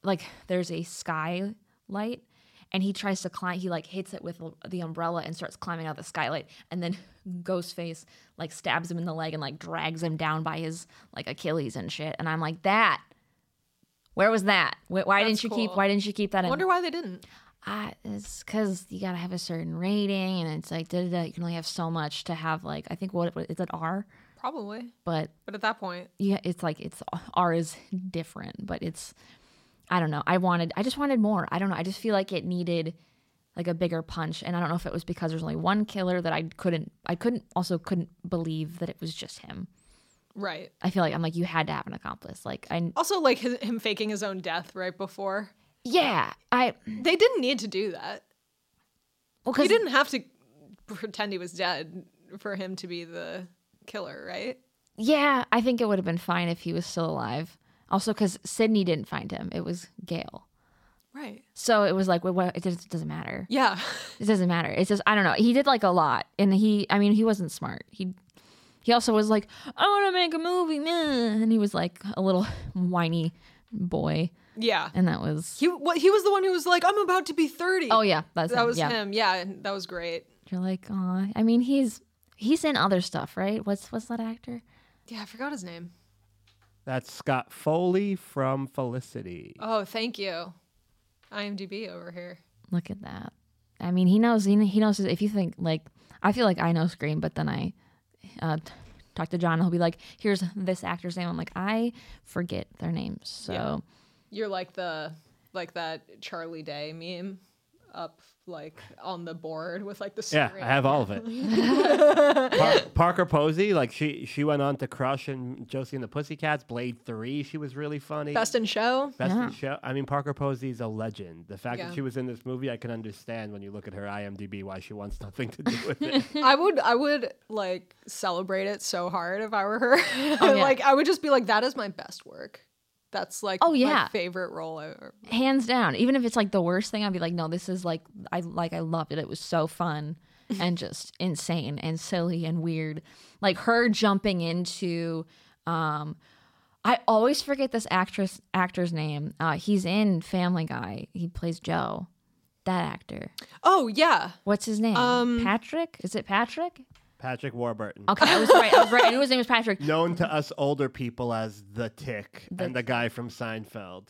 Speaker 1: like there's a skylight and he tries to climb he like hits it with the umbrella and starts climbing out the skylight and then <laughs> ghostface like stabs him in the leg and like drags him down by his like achilles and shit and i'm like that where was that why, why didn't
Speaker 2: That's
Speaker 1: you keep
Speaker 2: cool.
Speaker 1: why didn't you keep that
Speaker 2: I
Speaker 1: in
Speaker 2: wonder why they didn't.
Speaker 1: I, it's because you gotta have a certain rating and it's like da da da you can only have so much to have like i think what what- it's an r
Speaker 2: Probably.
Speaker 1: but
Speaker 2: But at that point,
Speaker 1: yeah, it's like it's R is different, but it's I don't know. I wanted I just wanted more. I don't know. I just feel like it needed like a bigger punch, and I don't know if it was because there's only one killer that I couldn't I couldn't also couldn't believe that it was just him.
Speaker 2: right.
Speaker 1: I feel like I'm like you had to have an accomplice. Like I
Speaker 2: Also, like his, him faking his own death right <clears throat> before.
Speaker 1: yeah I
Speaker 2: They didn't need to do that.
Speaker 1: well
Speaker 2: You
Speaker 1: because
Speaker 2: didn't have to pretend he was dead for him to be the killer, right?
Speaker 1: yeah I think it would have been fine if he was still alive. Also because Sydney didn't find him. It was Gail.
Speaker 2: Right.
Speaker 1: So it was like well, what it just doesn't matter.
Speaker 2: Yeah. <laughs>
Speaker 1: it doesn't matter. It's just I don't know. He did like a lot, and he I mean he wasn't smart. He he also was like I want to make a movie, meh," and he was like a little <laughs> whiny boy,
Speaker 2: Yeah.
Speaker 1: and that was
Speaker 2: He well, he was the one who was like, "I'm about to be 30.
Speaker 1: oh yeah, that's
Speaker 2: that was
Speaker 1: yeah.
Speaker 2: him. Yeah, and that was great.
Speaker 1: You're like oh I mean he's he's in other stuff right? What's what's that actor?
Speaker 2: Yeah, I forgot his name.
Speaker 3: That's Scott Foley from Felicity.
Speaker 2: Oh, thank you, IMDb over here.
Speaker 1: Look at that. I mean he knows he, he knows if you think like I feel like I know Scream, but then I uh, t- talk to John and he'll be like here's this actor's name. I'm like I forget their names so.
Speaker 2: Yeah. You're like the like that Charlie Day meme up like on the board with like the
Speaker 3: Yeah,
Speaker 2: string.
Speaker 3: I have all of <laughs> it. Par- Parker Posey, like she she went on to Crush and Josie and the Pussycats, Blade Three. She was really funny.
Speaker 2: Best in show.
Speaker 3: Best in
Speaker 1: Yeah.
Speaker 3: show. I mean, Parker Posey's a legend. The fact
Speaker 2: Yeah.
Speaker 3: that she was in this movie, I can understand when you look at her IMDb why she wants nothing to do
Speaker 2: <laughs>
Speaker 3: with it.
Speaker 2: <laughs> I would I would like celebrate it so hard if I were her. <laughs>
Speaker 1: Oh, yeah.
Speaker 2: like I would just be like, that is my best work. That's like
Speaker 1: Oh,
Speaker 2: my
Speaker 1: yeah.
Speaker 2: favorite role ever.
Speaker 1: hands down. Even if it's like the worst thing, I'd be like, no, this is like I like I loved it. It was so fun and just insane and silly and weird. Like her jumping into um I always forget this actress actor's name. Uh he's in Family Guy. He plays Joe. That actor. <laughs>
Speaker 2: Oh yeah.
Speaker 1: What's his name?
Speaker 2: Um,
Speaker 1: Patrick? Is it Patrick?
Speaker 3: Patrick Warburton,
Speaker 1: Okay, I was right. I was right. I knew his name was Patrick.
Speaker 3: known to us older people as the Tick and the guy from Seinfeld.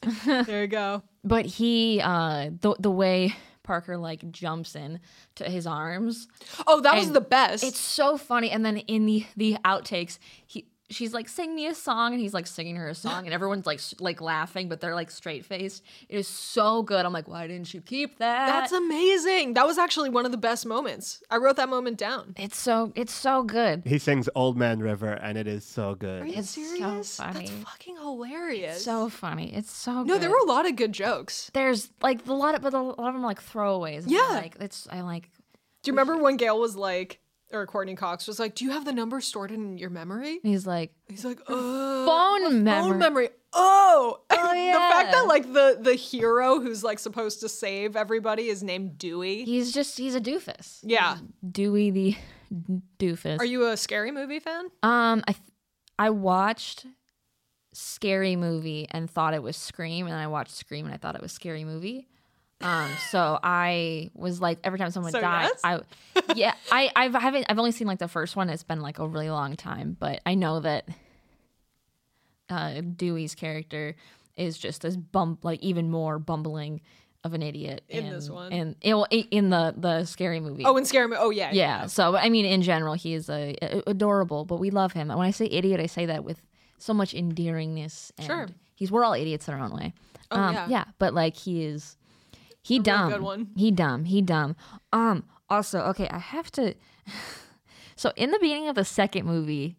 Speaker 2: there you go.
Speaker 1: but he uh the the way Parker like jumps in to his arms.
Speaker 2: Oh, that was
Speaker 1: And
Speaker 2: the best.
Speaker 1: It's so funny. And then in the the outtakes, he she's like, "Sing me a song," and he's like singing her a song, and everyone's like s- like laughing, but they're like straight faced. It is so good. I'm like, why didn't you keep that?
Speaker 2: That's amazing. That was actually one of the best moments. I wrote that moment down.
Speaker 1: it's so it's so good.
Speaker 3: He sings Old Man River, and it is so good.
Speaker 2: Are you
Speaker 1: It's so
Speaker 2: serious?
Speaker 1: funny.
Speaker 2: That's fucking hilarious.
Speaker 1: So funny. It's so
Speaker 2: no,
Speaker 1: good.
Speaker 2: there were a lot of good jokes.
Speaker 1: there's like a lot of but a lot of them are like throwaways. and I'm
Speaker 2: Yeah.
Speaker 1: like it's I like
Speaker 2: Do you remember when Gail was like, or Courtney Cox was like, "Do you have the number stored in your memory?"
Speaker 1: and he's like
Speaker 2: He's like, "Uh,
Speaker 1: phone memory.
Speaker 2: phone memory." Oh, the
Speaker 1: yeah.
Speaker 2: fact that like the the hero who's like supposed to save everybody is named Dewey.
Speaker 1: He's just he's a doofus.
Speaker 2: Yeah.
Speaker 1: Dewey the <laughs> doofus.
Speaker 2: Are you a scary movie fan?
Speaker 1: Um, I th- I watched Scary Movie and thought it was Scream, and then I watched Scream and I thought it was Scary Movie. Um, so I was like, every time someone
Speaker 2: So
Speaker 1: died,
Speaker 2: yes? <laughs>
Speaker 1: I yeah, I I've, I haven't I've only seen like the first one. It's been like a really long time, but I know that uh, Dewey's character is just this bump, like even more bumbling of an idiot
Speaker 2: In
Speaker 1: and-
Speaker 2: this one.
Speaker 1: and well, i- in the the Scary Movie.
Speaker 2: Oh, in scary movie. Oh yeah.
Speaker 1: Yeah. So I mean, in general, he is a, a- adorable, but we love him. And when I say idiot, I say that with so much endearingness. And
Speaker 2: Sure.
Speaker 1: He's we're all idiots in our own way.
Speaker 2: Oh,
Speaker 1: um,
Speaker 2: yeah.
Speaker 1: But like he is, he
Speaker 2: really
Speaker 1: dumb.
Speaker 2: good one.
Speaker 1: He dumb. He dumb. Um. Also, okay, I have to. <laughs> so in the beginning of the second movie,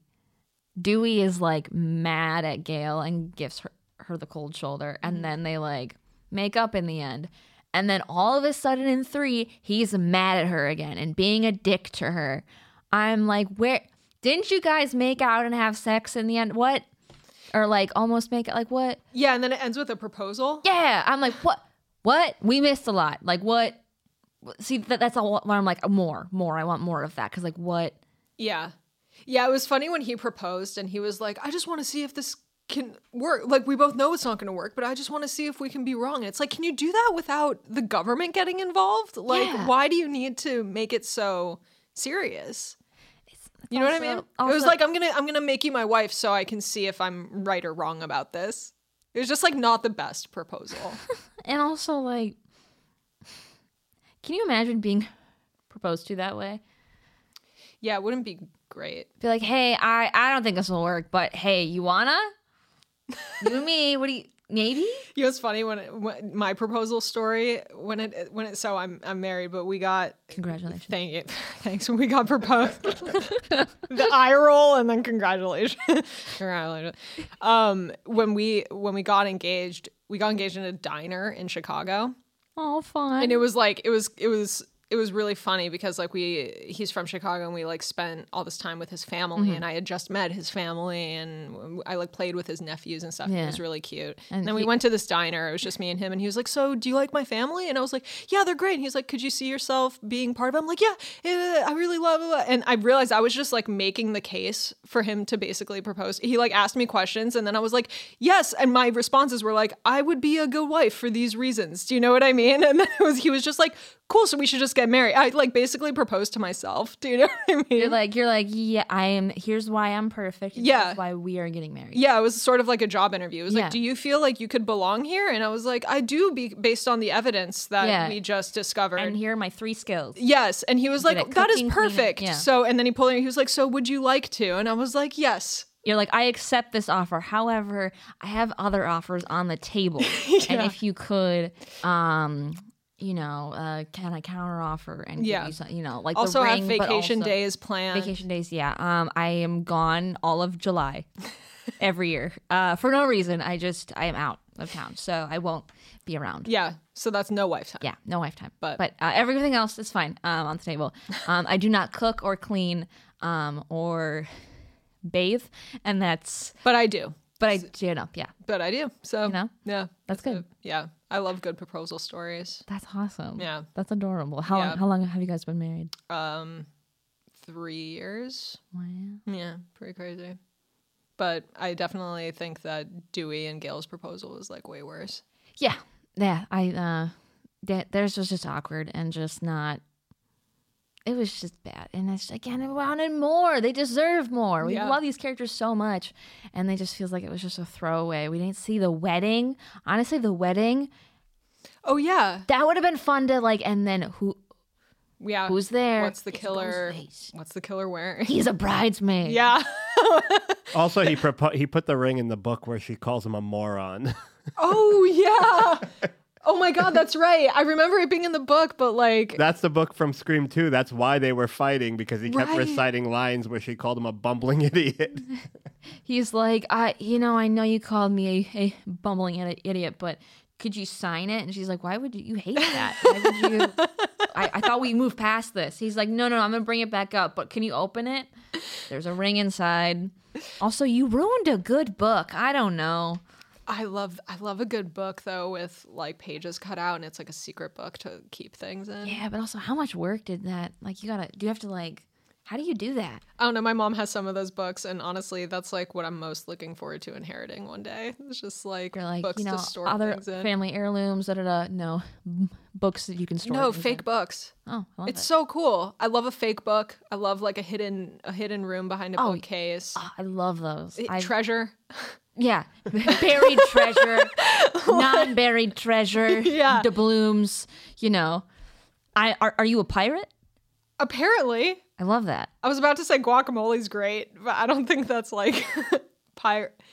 Speaker 1: Dewey is like mad at Gail and gives her, her the cold shoulder,
Speaker 2: Mm-hmm.
Speaker 1: and then they like make up in the end. And then all of a sudden in three, he's mad at her again and being a dick to her. I'm like, where didn't you guys make out and have sex in the end? What? Or like almost make it like what?
Speaker 2: Yeah, and then it ends with a proposal.
Speaker 1: Yeah. I'm like, what? What? We missed a lot. Like what? See, that, that's all where I'm like, more, more. I want more of that. Cause like what?
Speaker 2: Yeah. Yeah, it was funny when he proposed and he was like, I just want to see if this can work. Like, we both know it's not going to work, but I just want to see if we can be wrong. And it's like, can you do that without the government getting involved? Like,
Speaker 1: Yeah.
Speaker 2: why do you need to make it so serious? You know what I
Speaker 1: also-
Speaker 2: mean? it was
Speaker 1: also-
Speaker 2: like I'm gonna I'm gonna make you my wife so I can see if I'm right or wrong about this. It was just like not the
Speaker 1: <laughs>
Speaker 2: best proposal.
Speaker 1: And also, like, can you imagine being <laughs> proposed to that way?
Speaker 2: yeah, it wouldn't be great.
Speaker 1: Be like, hey, I, I don't think this will work, but hey, you wanna? you and me, what do you, maybe?
Speaker 2: You know, it's funny when, it, when my proposal story when it when it so I'm I'm married, but we got
Speaker 1: Congratulations.
Speaker 2: Thank you. <laughs> Thanks. When we got proposed, <laughs> the eye roll and then congratulations. <laughs> congratulations. Um, when we when we got engaged, we got engaged in a diner in Chicago,
Speaker 1: Oh, fine.
Speaker 2: and it was like it was it was it was really funny because like we he's from Chicago and we like spent all this time with his family
Speaker 1: Mm-hmm.
Speaker 2: and I had just met his family and I like played with his nephews and stuff. and
Speaker 1: Yeah.
Speaker 2: It was really cute.
Speaker 1: And
Speaker 2: And, then we
Speaker 1: he-
Speaker 2: went to this diner. It was just me and him and he was like, "So, do you like my family?" And I was like, "Yeah, they're great." And he's like, "Could you see yourself being part of them?" I'm like, "Yeah, eh, I really love it." And I realized I was just like making the case for him to basically propose. He like asked me questions and then I was like, "Yes." And my responses were like, "I would be a good wife for these reasons." Do you know what I mean? <laughs> And then it was he was just like, "Cool, so we should just get married." I like basically proposed to myself. Do you know what I mean?
Speaker 1: you're like, you're like, yeah, I am, here's why I'm perfect. and
Speaker 2: Yeah.
Speaker 1: Here's why we are getting married.
Speaker 2: Yeah, it was sort of like a job interview. It was
Speaker 1: Yeah.
Speaker 2: like, "Do you feel like you could belong here?" And I was like, "I do, be based on the evidence that
Speaker 1: Yeah.
Speaker 2: we just discovered."
Speaker 1: And here are my three skills.
Speaker 2: yes, and he was
Speaker 1: Good
Speaker 2: like,
Speaker 1: at
Speaker 2: "That is
Speaker 1: cooking, cleaning,
Speaker 2: perfect."
Speaker 1: yeah.
Speaker 2: So, and then he pulled in. He was like, "So, would you like to?" And I was like, "Yes."
Speaker 1: You're like, I accept this offer. However, I have other offers on the
Speaker 2: <laughs>
Speaker 1: table, and if you could, um, you know, uh, can I counter offer and give
Speaker 2: Yeah.
Speaker 1: you some, you know, like
Speaker 2: also
Speaker 1: the
Speaker 2: have
Speaker 1: ring, but
Speaker 2: vacation
Speaker 1: also-
Speaker 2: days planned.
Speaker 1: Vacation days, yeah. Um, I am gone all of July,
Speaker 2: <laughs>
Speaker 1: every year, uh, for no reason. I just I am out of town, so I won't be around.
Speaker 2: Yeah, so that's no wife time.
Speaker 1: Yeah, no wife time.
Speaker 2: But-
Speaker 1: but uh, everything else is fine um, on the
Speaker 2: <laughs>
Speaker 1: table. Um, I do not cook or clean um, or bathe, and that's.
Speaker 2: But I do.
Speaker 1: But I gin up. Yeah,
Speaker 2: But I do. So
Speaker 1: know?
Speaker 2: yeah,
Speaker 1: That's good.
Speaker 2: it. yeah, I love good proposal stories.
Speaker 1: that's awesome.
Speaker 2: Yeah.
Speaker 1: that's adorable. How
Speaker 2: Yeah.
Speaker 1: long? How long have you guys been married?
Speaker 2: Um, three years.
Speaker 1: Wow.
Speaker 2: Yeah, pretty crazy. But I definitely think that Dewey and Gail's proposal was like way worse.
Speaker 1: Yeah, yeah. I uh, that theirs was just awkward and just not. It was just bad, and it's again, I wanted more. They deserve more. We
Speaker 2: Yeah.
Speaker 1: love these characters so much, and they just feels like it was just a throwaway. We didn't see the wedding. Honestly, the wedding
Speaker 2: Oh yeah,
Speaker 1: that would have been fun to like. And then who
Speaker 2: yeah.
Speaker 1: who's there?
Speaker 2: What's the
Speaker 1: It's
Speaker 2: killer?
Speaker 1: Ghostface.
Speaker 2: What's the killer wearing? <laughs>
Speaker 1: He's a bridesmaid.
Speaker 2: yeah.
Speaker 3: Also, he propo- he put the ring in the book where she calls him a moron. <laughs>
Speaker 2: Oh yeah. Oh my god, that's right. I remember it being in the book, but like
Speaker 3: That's the book from Scream 2. That's why they were fighting because he kept
Speaker 2: Right.
Speaker 3: reciting lines where she called him a bumbling <laughs> idiot.
Speaker 1: He's like, I, you know, I know you called me a, a bumbling idi- idiot, but could you sign it? And she's like, Why would you, you hate that? Why would you? <laughs> I, I thought we moved past this. He's like, No, no, I'm gonna bring it back up, but can you open it? There's a ring inside. Also, you ruined a good book. I don't know.
Speaker 2: I love I love a good book though with like pages cut out and it's like a secret book to keep things in.
Speaker 1: Yeah, but also, how much work did that? Like, you gotta, do you have to like, how do you do that?
Speaker 2: I don't know, my mom has some of those books and honestly that's like what I'm most looking forward to inheriting one day. It's just like,
Speaker 1: Or like,
Speaker 2: books
Speaker 1: you know,
Speaker 2: to store
Speaker 1: other
Speaker 2: things in.
Speaker 1: family heirlooms, da da da. No, m- books that you can store.
Speaker 2: no,
Speaker 1: things
Speaker 2: fake
Speaker 1: in.
Speaker 2: books.
Speaker 1: Oh, I love
Speaker 2: It's
Speaker 1: it.
Speaker 2: so cool. I love a fake book. I love like a hidden a hidden room behind a
Speaker 1: Oh,
Speaker 2: bookcase.
Speaker 1: Oh, I love those.
Speaker 2: It-
Speaker 1: I
Speaker 2: treasure.
Speaker 1: Yeah. <laughs> Buried treasure,
Speaker 2: <laughs>
Speaker 1: non buried treasure,
Speaker 2: Yeah.
Speaker 1: doubloons, you know. I are, are you a pirate?
Speaker 2: Apparently,
Speaker 1: I love that.
Speaker 2: I was about to say guacamole's great, but I don't think that's like <laughs> pirate.
Speaker 1: <laughs>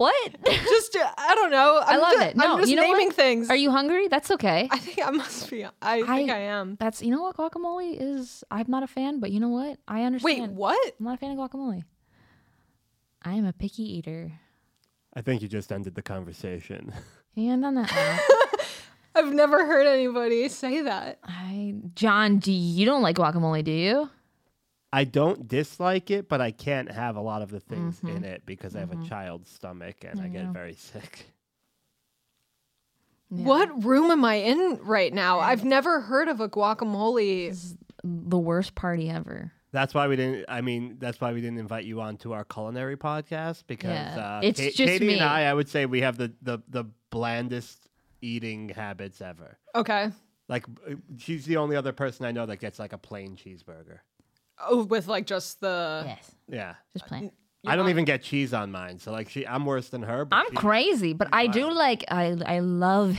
Speaker 1: What?
Speaker 2: Just uh, I don't know. I'm
Speaker 1: I love
Speaker 2: ju-
Speaker 1: it. No,
Speaker 2: I'm just
Speaker 1: you know
Speaker 2: naming
Speaker 1: what?
Speaker 2: things.
Speaker 1: Are you hungry? That's okay.
Speaker 2: I think I must be. I think I am.
Speaker 1: That's you know what guacamole is I'm not a fan, but you know what? I
Speaker 2: Wait,
Speaker 1: understand.
Speaker 2: what?
Speaker 1: I'm not a fan of guacamole. I am a picky eater.
Speaker 3: I think you just ended the conversation.
Speaker 1: And on that
Speaker 2: <laughs>
Speaker 1: note,
Speaker 2: I've never heard anybody say that.
Speaker 1: I John, do you don't like guacamole, do you?
Speaker 3: I don't dislike it, but I can't have a lot of the things
Speaker 1: Mm-hmm.
Speaker 3: in it because I have a child's stomach and I, get very sick.
Speaker 1: Yeah.
Speaker 2: What room am I in right now? I've never heard of a guacamole.
Speaker 1: The worst party ever.
Speaker 3: That's why we didn't. I mean, that's why we didn't invite you on to our culinary podcast because
Speaker 1: Yeah.
Speaker 3: uh,
Speaker 1: It's
Speaker 3: Ka-
Speaker 1: just
Speaker 3: Katie
Speaker 1: me.
Speaker 3: and I. I would say we have the the the blandest eating habits ever.
Speaker 2: Okay.
Speaker 3: Like uh, she's the only other person I know that gets like a plain cheeseburger.
Speaker 2: Oh, with like just the.
Speaker 1: Yes.
Speaker 3: Yeah,
Speaker 1: Just playing.
Speaker 3: I don't even get cheese on mine, so like she, I'm worse than her. But
Speaker 1: I'm
Speaker 3: she-
Speaker 1: crazy, but I do like I I love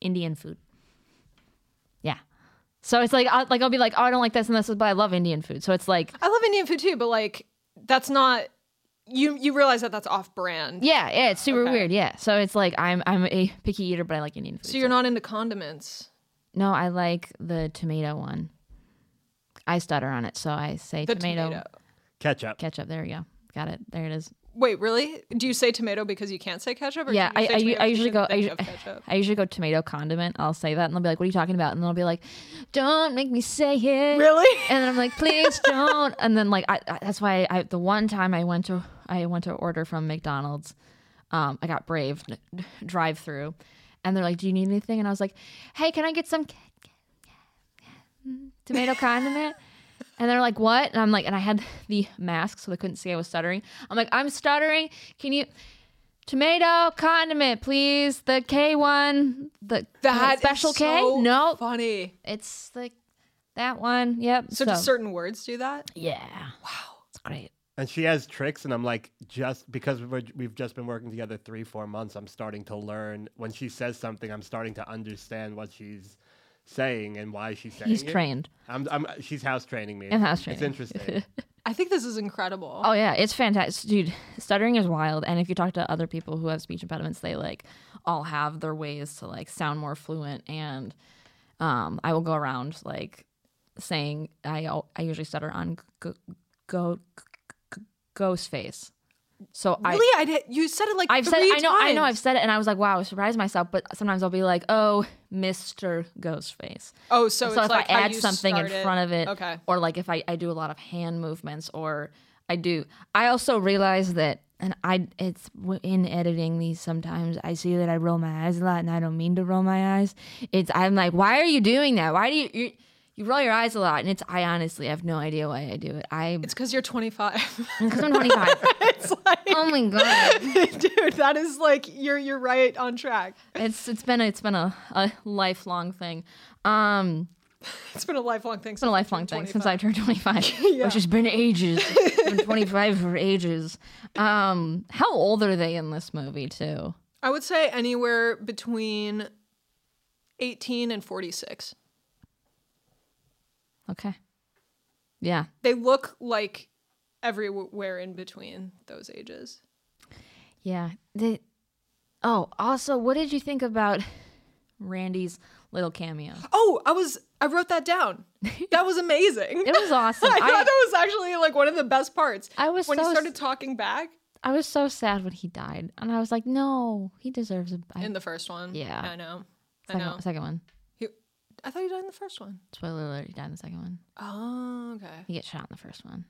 Speaker 1: Indian food. Yeah. So it's like I'll, like I'll be like, "Oh, I don't like this and this, but I love Indian food." So it's like,
Speaker 2: I love Indian food too, but like that's not. You you realize that that's off brand.
Speaker 1: yeah, yeah, it's super weird. Yeah. So it's like I'm I'm a picky eater, but I like Indian food.
Speaker 2: So you're not into condiments.
Speaker 1: no, I like the tomato one. I stutter on it, so I say
Speaker 2: The
Speaker 1: tomato,
Speaker 2: tomato.
Speaker 3: ketchup.
Speaker 1: ketchup. There we go. Got it. There it is.
Speaker 2: Wait, really? Do you say tomato because you can't say ketchup? Or
Speaker 1: Yeah,
Speaker 2: do you
Speaker 1: I,
Speaker 2: say
Speaker 1: I, u- I
Speaker 2: tomato 'cause
Speaker 1: usually
Speaker 2: you
Speaker 1: go.
Speaker 2: didn't
Speaker 1: I,
Speaker 2: think
Speaker 1: usu- <laughs>
Speaker 2: of ketchup?
Speaker 1: I usually go tomato condiment. I'll say that, and they'll be like, "What are you talking about?" And they'll be like, "Don't make me say it."
Speaker 2: Really?
Speaker 1: And then I'm like,
Speaker 2: <laughs>
Speaker 1: "Please don't." And then like, I, I, that's why I the one time I went to I went to order from McDonald's, um, I got brave drive through, and they're like, "Do you need anything?" And I was like, "Hey, can I get some ca- tomato condiment. And they're like, what? And I'm like, and I had <laughs> the mask, so they couldn't see I was stuttering. I'm like, I'm stuttering. Can you tomato condiment, please? The K one, the
Speaker 2: That is
Speaker 1: special K?
Speaker 2: so
Speaker 1: No,
Speaker 2: funny.
Speaker 1: it's like that one. Yep.
Speaker 2: So, just certain words do that.
Speaker 1: yeah. Wow, it's great.
Speaker 3: And she has tricks, and I'm like, just because we're, we've just been working together three, four months, I'm starting to learn. When she says something, I'm starting to understand what she's saying and why she's saying
Speaker 1: He's
Speaker 3: it.
Speaker 1: trained.
Speaker 3: I'm, I'm, she's house training me.
Speaker 1: I'm house
Speaker 3: It's
Speaker 1: training. <laughs>
Speaker 3: interesting.
Speaker 2: I think this is incredible.
Speaker 1: Oh yeah, it's fantastic, dude. Stuttering is wild, and if you talk to other people who have speech impediments, they like all have their ways to like sound more fluent. And um, I will go around like saying I al- I usually stutter on go go, g- ghost face. So I
Speaker 2: really, I did. You said it like
Speaker 1: I've said
Speaker 2: three
Speaker 1: it, I know I know
Speaker 2: times.
Speaker 1: I've said it, and I was like, wow, I was surprised myself. But sometimes I'll be like, oh, Mister Ghostface.
Speaker 2: Oh, so,
Speaker 1: so
Speaker 2: it's
Speaker 1: if
Speaker 2: like
Speaker 1: I
Speaker 2: how
Speaker 1: add
Speaker 2: you
Speaker 1: something in
Speaker 2: started-
Speaker 1: front of it,
Speaker 2: Okay.
Speaker 1: or like if I, I do a lot of hand movements, or I do. I also realize that, and I it's w- in editing these sometimes I see that I roll my eyes a lot, and I don't mean to roll my eyes. It's I'm like, why are you doing that? Why do you you, you roll your eyes a lot? And it's I honestly have no idea why I do it. I
Speaker 2: It's because you're 25.
Speaker 1: because I'm 25.
Speaker 2: <laughs> it's like, <laughs>
Speaker 1: oh my god.
Speaker 2: dude, that is like you're you're right on track.
Speaker 1: it's it's been a, it's been a, a lifelong thing. Um,
Speaker 2: It's been a lifelong thing.
Speaker 1: it's been a lifelong thing since I turned 25, <laughs> which has been ages. I've been 25 for ages. Um, how old are they in this movie too?
Speaker 2: I would say anywhere between 18 and 46.
Speaker 1: Okay. Yeah.
Speaker 2: They look like everywhere in between those ages.
Speaker 1: Yeah. They, oh, also, what did you think about Randy's little cameo?
Speaker 2: Oh, I was I wrote
Speaker 1: <laughs>
Speaker 2: that down. That was amazing.
Speaker 1: It was awesome.
Speaker 2: <laughs>
Speaker 1: <laughs>
Speaker 2: I
Speaker 1: I,
Speaker 2: thought that was actually like one of the best parts.
Speaker 1: I was
Speaker 2: when
Speaker 1: so
Speaker 2: he
Speaker 1: s-
Speaker 2: started talking back
Speaker 1: I was so sad when he died, and I was like, no, he deserves a I-
Speaker 2: in the first one.
Speaker 1: Yeah.
Speaker 2: I know. I
Speaker 1: second,
Speaker 2: know.
Speaker 1: second one.
Speaker 2: He, I thought he died in the first one.
Speaker 1: Spoiler alert: he died in the second one.
Speaker 2: Oh, okay.
Speaker 1: He gets shot in the first one.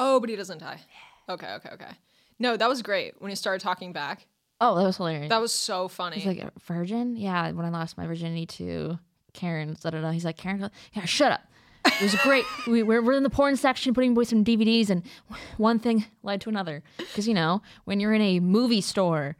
Speaker 2: Oh, but he doesn't die. Okay, okay, okay. No, that was great when he started talking back.
Speaker 1: Oh, that was hilarious.
Speaker 2: That was so funny.
Speaker 1: He's like, "A virgin? Yeah, when I lost my virginity to Karen, da da da. He's like, Karen, yeah, shut up. It was great. <laughs> we, we're, we're in the porn section putting away some DVDs, and one thing led to another. Because, you know, when you're in a movie store,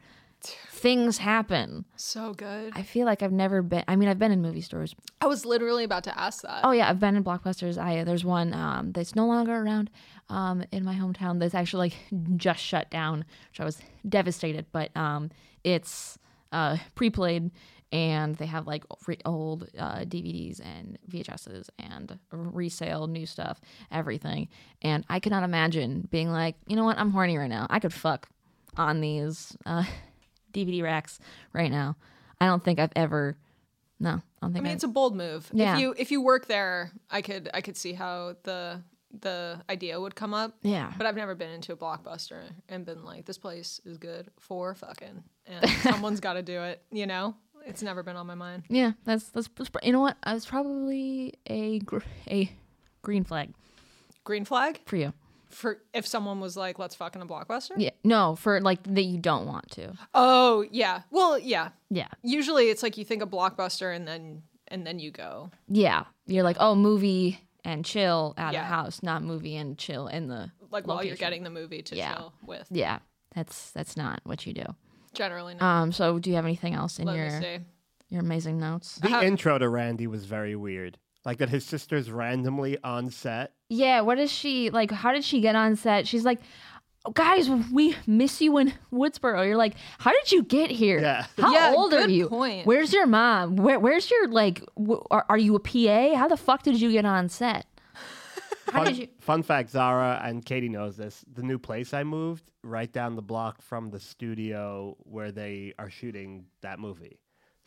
Speaker 1: things happen.
Speaker 2: so good.
Speaker 1: I feel like I've never been, I mean, I've been in movie stores.
Speaker 2: I was literally about to ask that.
Speaker 1: Oh, yeah, I've been in Blockbusters. I There's one um, that's no longer around um, in my hometown that's actually like <laughs> just shut down, which I was devastated, but um, it's uh, pre-played and they have like re- old uh, DVDs and VHSs and resale new stuff, everything. And I could not imagine being like, you know what, I'm horny right now. I could fuck on these uh, <laughs> DVD racks right now. I don't think I've ever. No, I don't think
Speaker 2: I
Speaker 1: I
Speaker 2: mean, it's a bold move.
Speaker 1: Yeah.
Speaker 2: If you if you work there, I could I could see how the the idea would come up.
Speaker 1: yeah.
Speaker 2: But I've never been into a blockbuster and been like, this place is good for fucking,
Speaker 1: <laughs>
Speaker 2: and someone's got to do it. You know, it's never been on my mind.
Speaker 1: Yeah, that's that's that's pr- you know what? That's probably a gr- a green flag
Speaker 2: Green flag
Speaker 1: for you.
Speaker 2: for if someone was like, let's fuck in a blockbuster.
Speaker 1: Yeah, no, for like that you don't want to.
Speaker 2: Oh yeah. Well yeah.
Speaker 1: Yeah,
Speaker 2: Usually it's like you think a blockbuster and then and then you go.
Speaker 1: yeah. You're like, oh, movie and chill at the
Speaker 2: Yeah.
Speaker 1: house, not movie and chill in the
Speaker 2: Like while you're
Speaker 1: location.
Speaker 2: getting the movie to
Speaker 1: Yeah.
Speaker 2: chill with.
Speaker 1: Yeah, that's that's not what you do.
Speaker 2: Generally not.
Speaker 1: Um, so do you have anything else in
Speaker 2: Let me
Speaker 1: your
Speaker 2: see.
Speaker 1: your amazing notes?
Speaker 3: The intro to Randy was very weird. Like that his sister's randomly on set.
Speaker 1: Yeah, what is she like? How did she get on set? She's like, "Oh, guys, we miss you in Woodsboro. You're like, how did you get here?
Speaker 3: Yeah.
Speaker 1: How
Speaker 2: Yeah,
Speaker 1: old are
Speaker 2: good
Speaker 1: you?
Speaker 2: point.
Speaker 1: Where's your mom? Where, where's your like? W- are, are you a PA? How the fuck did you get on
Speaker 2: <laughs>
Speaker 1: set? How
Speaker 3: Fun,
Speaker 1: did you?
Speaker 3: fun fact, Zara and Katie knows this. The new place I moved, right down the block from the studio where they are shooting that movie.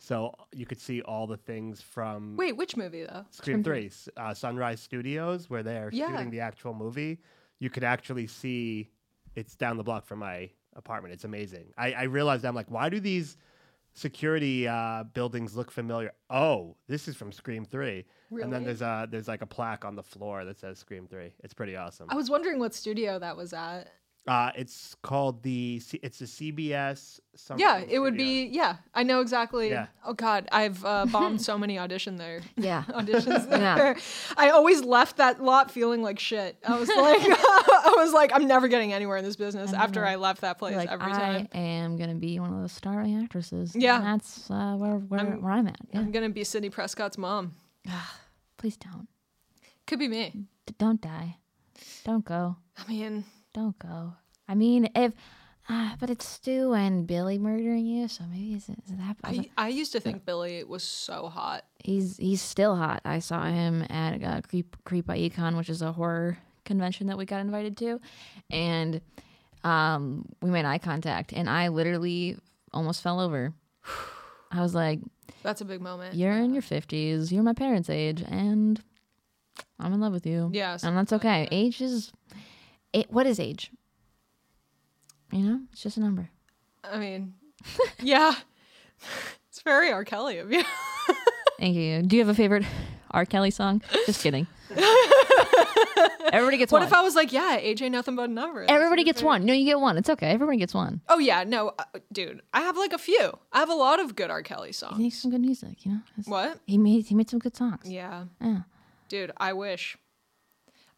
Speaker 3: So you could see all the things from
Speaker 2: Wait, which movie though?
Speaker 3: Scream 3, uh, Sunrise Studios, where they're
Speaker 2: Yeah.
Speaker 3: shooting the actual movie, you could actually see it's down the block from my apartment. It's amazing. I, I realized I'm like, why do these security uh, buildings look familiar? Oh, this is from Scream 3. And then
Speaker 2: Really?
Speaker 3: there's a there's like a plaque on the floor that says Scream 3. It's pretty awesome.
Speaker 2: I was wondering what studio that was at.
Speaker 3: Uh, it's called the C- it's a CBS something
Speaker 2: Yeah, it would
Speaker 3: studio.
Speaker 2: be. Yeah, I know exactly.
Speaker 3: Yeah.
Speaker 2: Oh God, I've uh, bombed so many audition there. <laughs>
Speaker 1: Yeah,
Speaker 2: Auditions
Speaker 1: Yeah.
Speaker 2: there. I always left that lot feeling like shit. I was like, <laughs> I was like, I'm never getting anywhere in this business after I left that place
Speaker 1: You're like
Speaker 2: every
Speaker 1: I
Speaker 2: time.
Speaker 1: am gonna be one of those starring actresses.
Speaker 2: Yeah.
Speaker 1: and that's uh, where where I'm, where I'm at. Yeah.
Speaker 2: I'm gonna be Sidney Prescott's mom.
Speaker 1: Please don't
Speaker 2: Could be me.
Speaker 1: D- don't die. Don't go.
Speaker 2: I mean,
Speaker 1: Don't go. I mean, if. Uh, but it's Stu and Billy murdering you, so maybe is, is that?
Speaker 2: I, I used to think Billy was so hot.
Speaker 1: He's he's still hot. I saw him at uh, Creep Creep by Econ, which is a horror convention that we got invited to, and um, we made eye contact, and I literally almost fell over. I was like,
Speaker 2: That's a big moment.
Speaker 1: "You're in your fifties. You're my parents' age, and I'm in love with you.
Speaker 2: Yeah,
Speaker 1: and that's
Speaker 2: something
Speaker 1: okay. Age is, it, what is age? You know, it's just a number. <laughs>
Speaker 2: I mean, yeah. <laughs> It's very R. Kelly of you.
Speaker 1: Thank you. Do you have a favorite <laughs> R. Kelly song? Just
Speaker 2: <laughs>
Speaker 1: kidding. Everybody gets
Speaker 2: What
Speaker 1: one.
Speaker 2: if I was like, yeah, AJ, nothing but a number? That's
Speaker 1: Everybody
Speaker 2: my
Speaker 1: gets
Speaker 2: favorite.
Speaker 1: one. No, you get one. It's okay. Everybody gets one.
Speaker 2: Oh, yeah, no, uh, dude. I have like a few. I have a lot of good R. Kelly
Speaker 1: He
Speaker 2: songs.
Speaker 1: makes some good music, you know. It's-
Speaker 2: What?
Speaker 1: He made he made some good songs.
Speaker 2: Yeah.
Speaker 1: Yeah.
Speaker 2: Dude, I wish.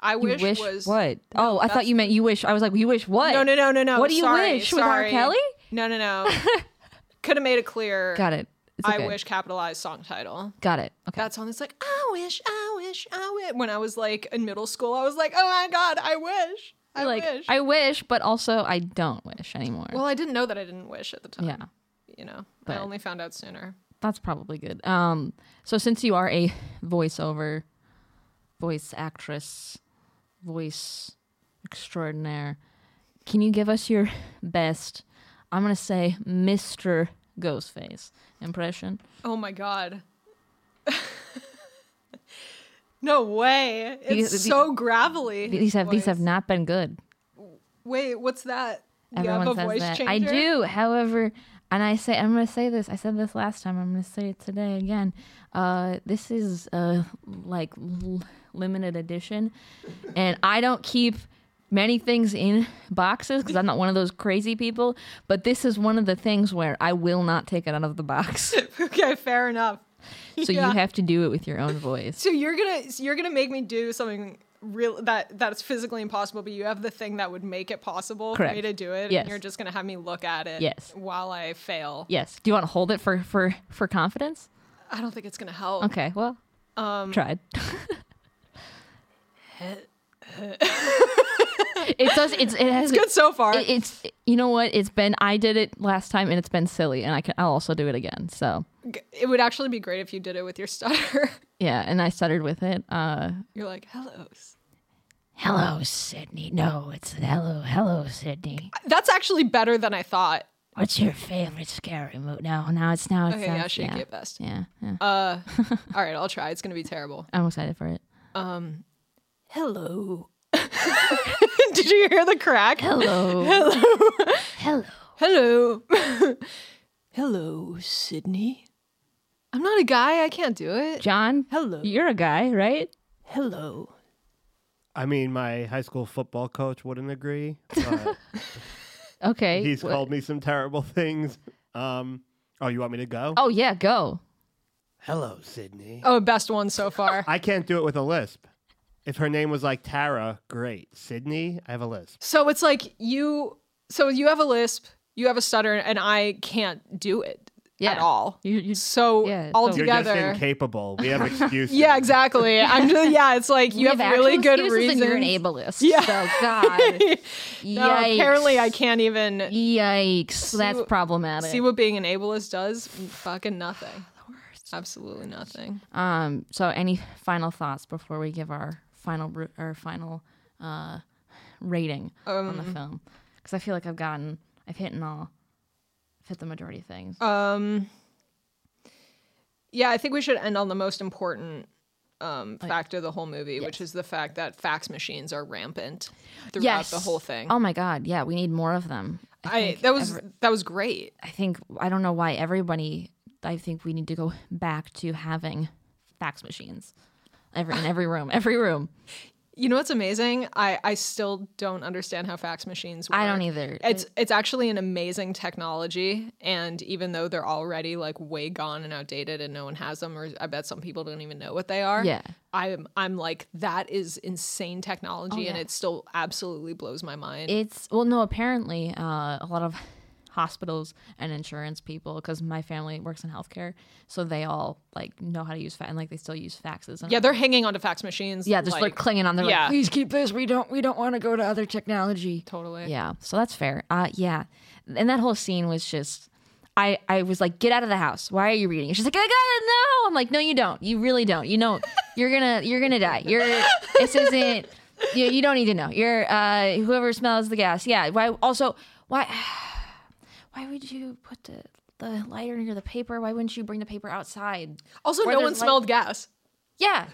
Speaker 2: I
Speaker 1: You
Speaker 2: wish,
Speaker 1: wish
Speaker 2: was.
Speaker 1: what? oh, I thought you meant you wish. I was like, you wish what?
Speaker 2: No, no, no, no, no.
Speaker 1: What do you
Speaker 2: sorry,
Speaker 1: wish with R.
Speaker 2: sorry.
Speaker 1: Kelly?
Speaker 2: No, no, no.
Speaker 1: <laughs>
Speaker 2: Could have made it clear.
Speaker 1: Got it. It's
Speaker 2: I
Speaker 1: okay.
Speaker 2: wish capitalized song title.
Speaker 1: Got it. Okay.
Speaker 2: That song that's like, I wish, I wish, I wish. When I was like in middle school, I was like, oh my God, I wish. I
Speaker 1: like
Speaker 2: wish.
Speaker 1: I wish, but also I don't wish anymore.
Speaker 2: well, I didn't know that I didn't wish at the time.
Speaker 1: yeah,
Speaker 2: You know, I
Speaker 1: But-
Speaker 2: only found out sooner.
Speaker 1: that's probably good. Um, so since you are a voiceover, voice actress, voice extraordinaire, can you give us your best? I'm gonna say Mr. Ghostface impression.
Speaker 2: Oh my God. <laughs> no way. It's
Speaker 1: These- these-
Speaker 2: so gravelly.
Speaker 1: These have these have
Speaker 2: voice.
Speaker 1: not been good.
Speaker 2: Wait, what's that?
Speaker 1: Everyone
Speaker 2: you have a
Speaker 1: says
Speaker 2: voice
Speaker 1: that.
Speaker 2: changer?
Speaker 1: I do, however, and I say I'm going to say this. I said this last time. I'm going to say it today again. Uh, this is uh, like l- limited edition, and I don't keep many things in boxes because I'm not one of those crazy people. But this is one of the things where I will not take it out of the
Speaker 2: <laughs>
Speaker 1: box.
Speaker 2: okay, fair enough.
Speaker 1: So
Speaker 2: Yeah.
Speaker 1: you have to do it with your own voice.
Speaker 2: So you're gonna so you're gonna make me do something real that that's physically impossible, but you have the thing that would make it possible for me
Speaker 1: Correct.
Speaker 2: to do it.
Speaker 1: Yes.
Speaker 2: And you're just gonna have me look at it
Speaker 1: Yes.
Speaker 2: while I fail.
Speaker 1: Yes. Do you want to hold it for for for confidence?
Speaker 2: I don't think it's gonna help.
Speaker 1: Okay. Well,
Speaker 2: Um <laughs>
Speaker 1: tried. it does. It's, it has.
Speaker 2: good so far.
Speaker 1: it- it's you know what? It's been. I did it last time, and it's been silly, and I can. I'll also do it again. So
Speaker 2: G- it would actually be great if you did it with your stutter. <laughs>
Speaker 1: yeah, and I stuttered with it. Uh,
Speaker 2: you're like, hello.
Speaker 1: hello, Sydney. No, it's hello, hello, Sydney.
Speaker 2: That's actually better than I thought.
Speaker 1: What's your favorite scary movie? No, now it's now it's
Speaker 2: Okay,
Speaker 1: now
Speaker 2: yeah,
Speaker 1: it's-
Speaker 2: shaky
Speaker 1: yeah,
Speaker 2: at best.
Speaker 1: yeah, yeah.
Speaker 2: Uh all right, I'll try. It's gonna be terrible. <laughs>
Speaker 1: I'm excited for it.
Speaker 2: um, Hello. Did you hear the crack?
Speaker 1: Hello,
Speaker 2: <laughs> Hello.
Speaker 1: hello.
Speaker 2: Hello. <laughs> Hello, Sydney. I'm not a guy. I can't do it.
Speaker 1: John,
Speaker 2: Hello.
Speaker 1: you're a guy, right?
Speaker 2: Hello.
Speaker 3: I mean, my high school football coach wouldn't agree. But
Speaker 1: Okay.
Speaker 3: he's
Speaker 1: wh-
Speaker 3: called me some terrible things. Um, oh, you want me to go?
Speaker 1: Oh yeah, go.
Speaker 3: Hello, Sydney.
Speaker 2: Oh, best one so far.
Speaker 3: I can't do it with a lisp. If her name was like Tara, great. Sydney, I have a lisp.
Speaker 2: so it's like you. So you have a lisp, you have a stutter, and I can't do it
Speaker 1: Yeah.
Speaker 2: at all.
Speaker 1: You, you
Speaker 2: So
Speaker 1: Yeah,
Speaker 2: all
Speaker 1: so-
Speaker 3: You're
Speaker 2: together.
Speaker 3: just incapable.
Speaker 2: <laughs>
Speaker 3: We have excuses.
Speaker 2: yeah, exactly. I'm just, yeah, it's like you
Speaker 1: We
Speaker 2: have, really
Speaker 1: actual
Speaker 2: good
Speaker 1: excuses and
Speaker 2: reasons.
Speaker 1: You're an ableist.
Speaker 2: Yeah.
Speaker 1: So God.
Speaker 2: <laughs> No,
Speaker 1: Yikes.
Speaker 2: apparently I can't even
Speaker 1: Yikes. That's
Speaker 2: what-
Speaker 1: problematic.
Speaker 2: see what being an ableist does. Fucking nothing. Absolutely nothing.
Speaker 1: um. So, any final thoughts before we give our final ru- our final uh, rating on
Speaker 2: Um.
Speaker 1: the film? Because I feel like I've gotten I've hit and all I've hit the majority of things.
Speaker 2: Um, yeah, I think we should end on the most important um, fact of the whole movie, which is the fact that fax machines are rampant throughout the whole thing.
Speaker 1: Oh my God. Yeah. We need more of them.
Speaker 2: I, that was that was great.
Speaker 1: I think I don't know why everybody. I think we need to go back to having fax machines. Every in every room, every room.
Speaker 2: You know what's amazing? I I still don't understand how fax machines work.
Speaker 1: I don't either.
Speaker 2: It's it's actually an amazing technology, and even though they're already like way gone and outdated, and no one has them, or I bet some people don't even know what they are.
Speaker 1: Yeah.
Speaker 2: I'm I'm like that is insane technology, and
Speaker 1: Oh, yeah.
Speaker 2: it still absolutely blows my mind.
Speaker 1: It's well, no. Apparently, uh, a lot of hospitals and insurance people, because my family works in healthcare, so they all like know how to use fax, and like they still use faxes. And
Speaker 2: yeah, they're hanging onto fax machines.
Speaker 1: yeah, just like, clinging on. They're
Speaker 2: yeah.
Speaker 1: like, please keep this. We don't, we don't want to go to other technology.
Speaker 2: totally.
Speaker 1: Yeah, so that's fair. Uh, yeah, and that whole scene was just. I, I was like, get out of the house. Why are you reading? She's like, I gotta know. I'm like, no, you don't. You really don't. You know, you're gonna you're gonna die. You're this isn't you, you don't need to know. You're uh, whoever smells the gas. Yeah. Why? Also, why? <sighs> Why would you put the the lighter near the paper? Why wouldn't you bring the paper outside?
Speaker 2: Also,
Speaker 1: Where
Speaker 2: no one
Speaker 1: there's light-
Speaker 2: smelled gas.
Speaker 1: Yeah.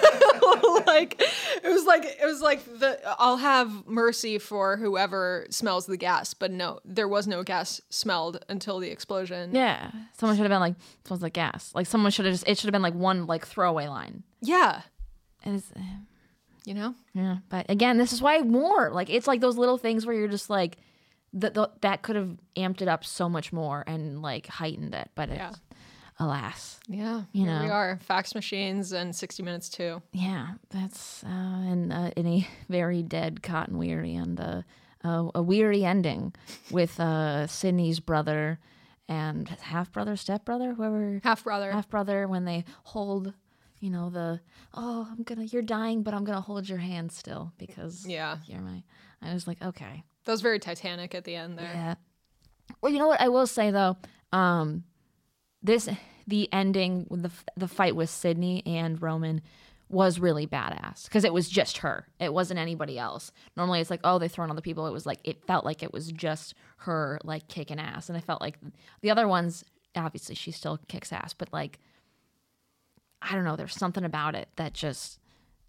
Speaker 2: <laughs> like it was like it was like the I'll have mercy for whoever smells the gas, but no, there was no gas smelled until the explosion.
Speaker 1: Yeah. Someone should have been like smells like gas. Like someone should have just. It should have been like one like throwaway line.
Speaker 2: Yeah,
Speaker 1: And it's,
Speaker 2: you know.
Speaker 1: yeah. But again, this is why more. Like it's like those little things where you're just like. That, that could have amped it up so much more and like heightened it, but it's,
Speaker 2: Yeah.
Speaker 1: alas,
Speaker 2: Yeah,
Speaker 1: You
Speaker 2: here we
Speaker 1: know.
Speaker 2: are fax machines and 60 minutes too.
Speaker 1: Yeah, that's uh, and uh, in a <laughs> very dead cotton weary and uh, uh, a weary ending with uh, Sydney's brother and half brother, step brother, whoever
Speaker 2: Half brother.
Speaker 1: half brother when they hold, you know the oh I'm gonna you're dying but I'm gonna hold your hand still because
Speaker 2: yeah,
Speaker 1: you're my I was like okay
Speaker 2: that was very Titanic at the end there.
Speaker 1: yeah. Well, you know what I will say though, um, this the ending with the f- the fight with Sydney and Roman was really badass because it was just her. It wasn't anybody else. Normally it's like oh they throw in other people. It was like it felt like it was just her like kicking ass, and I felt like the other ones obviously she still kicks ass, but like I don't know, there's something about it that just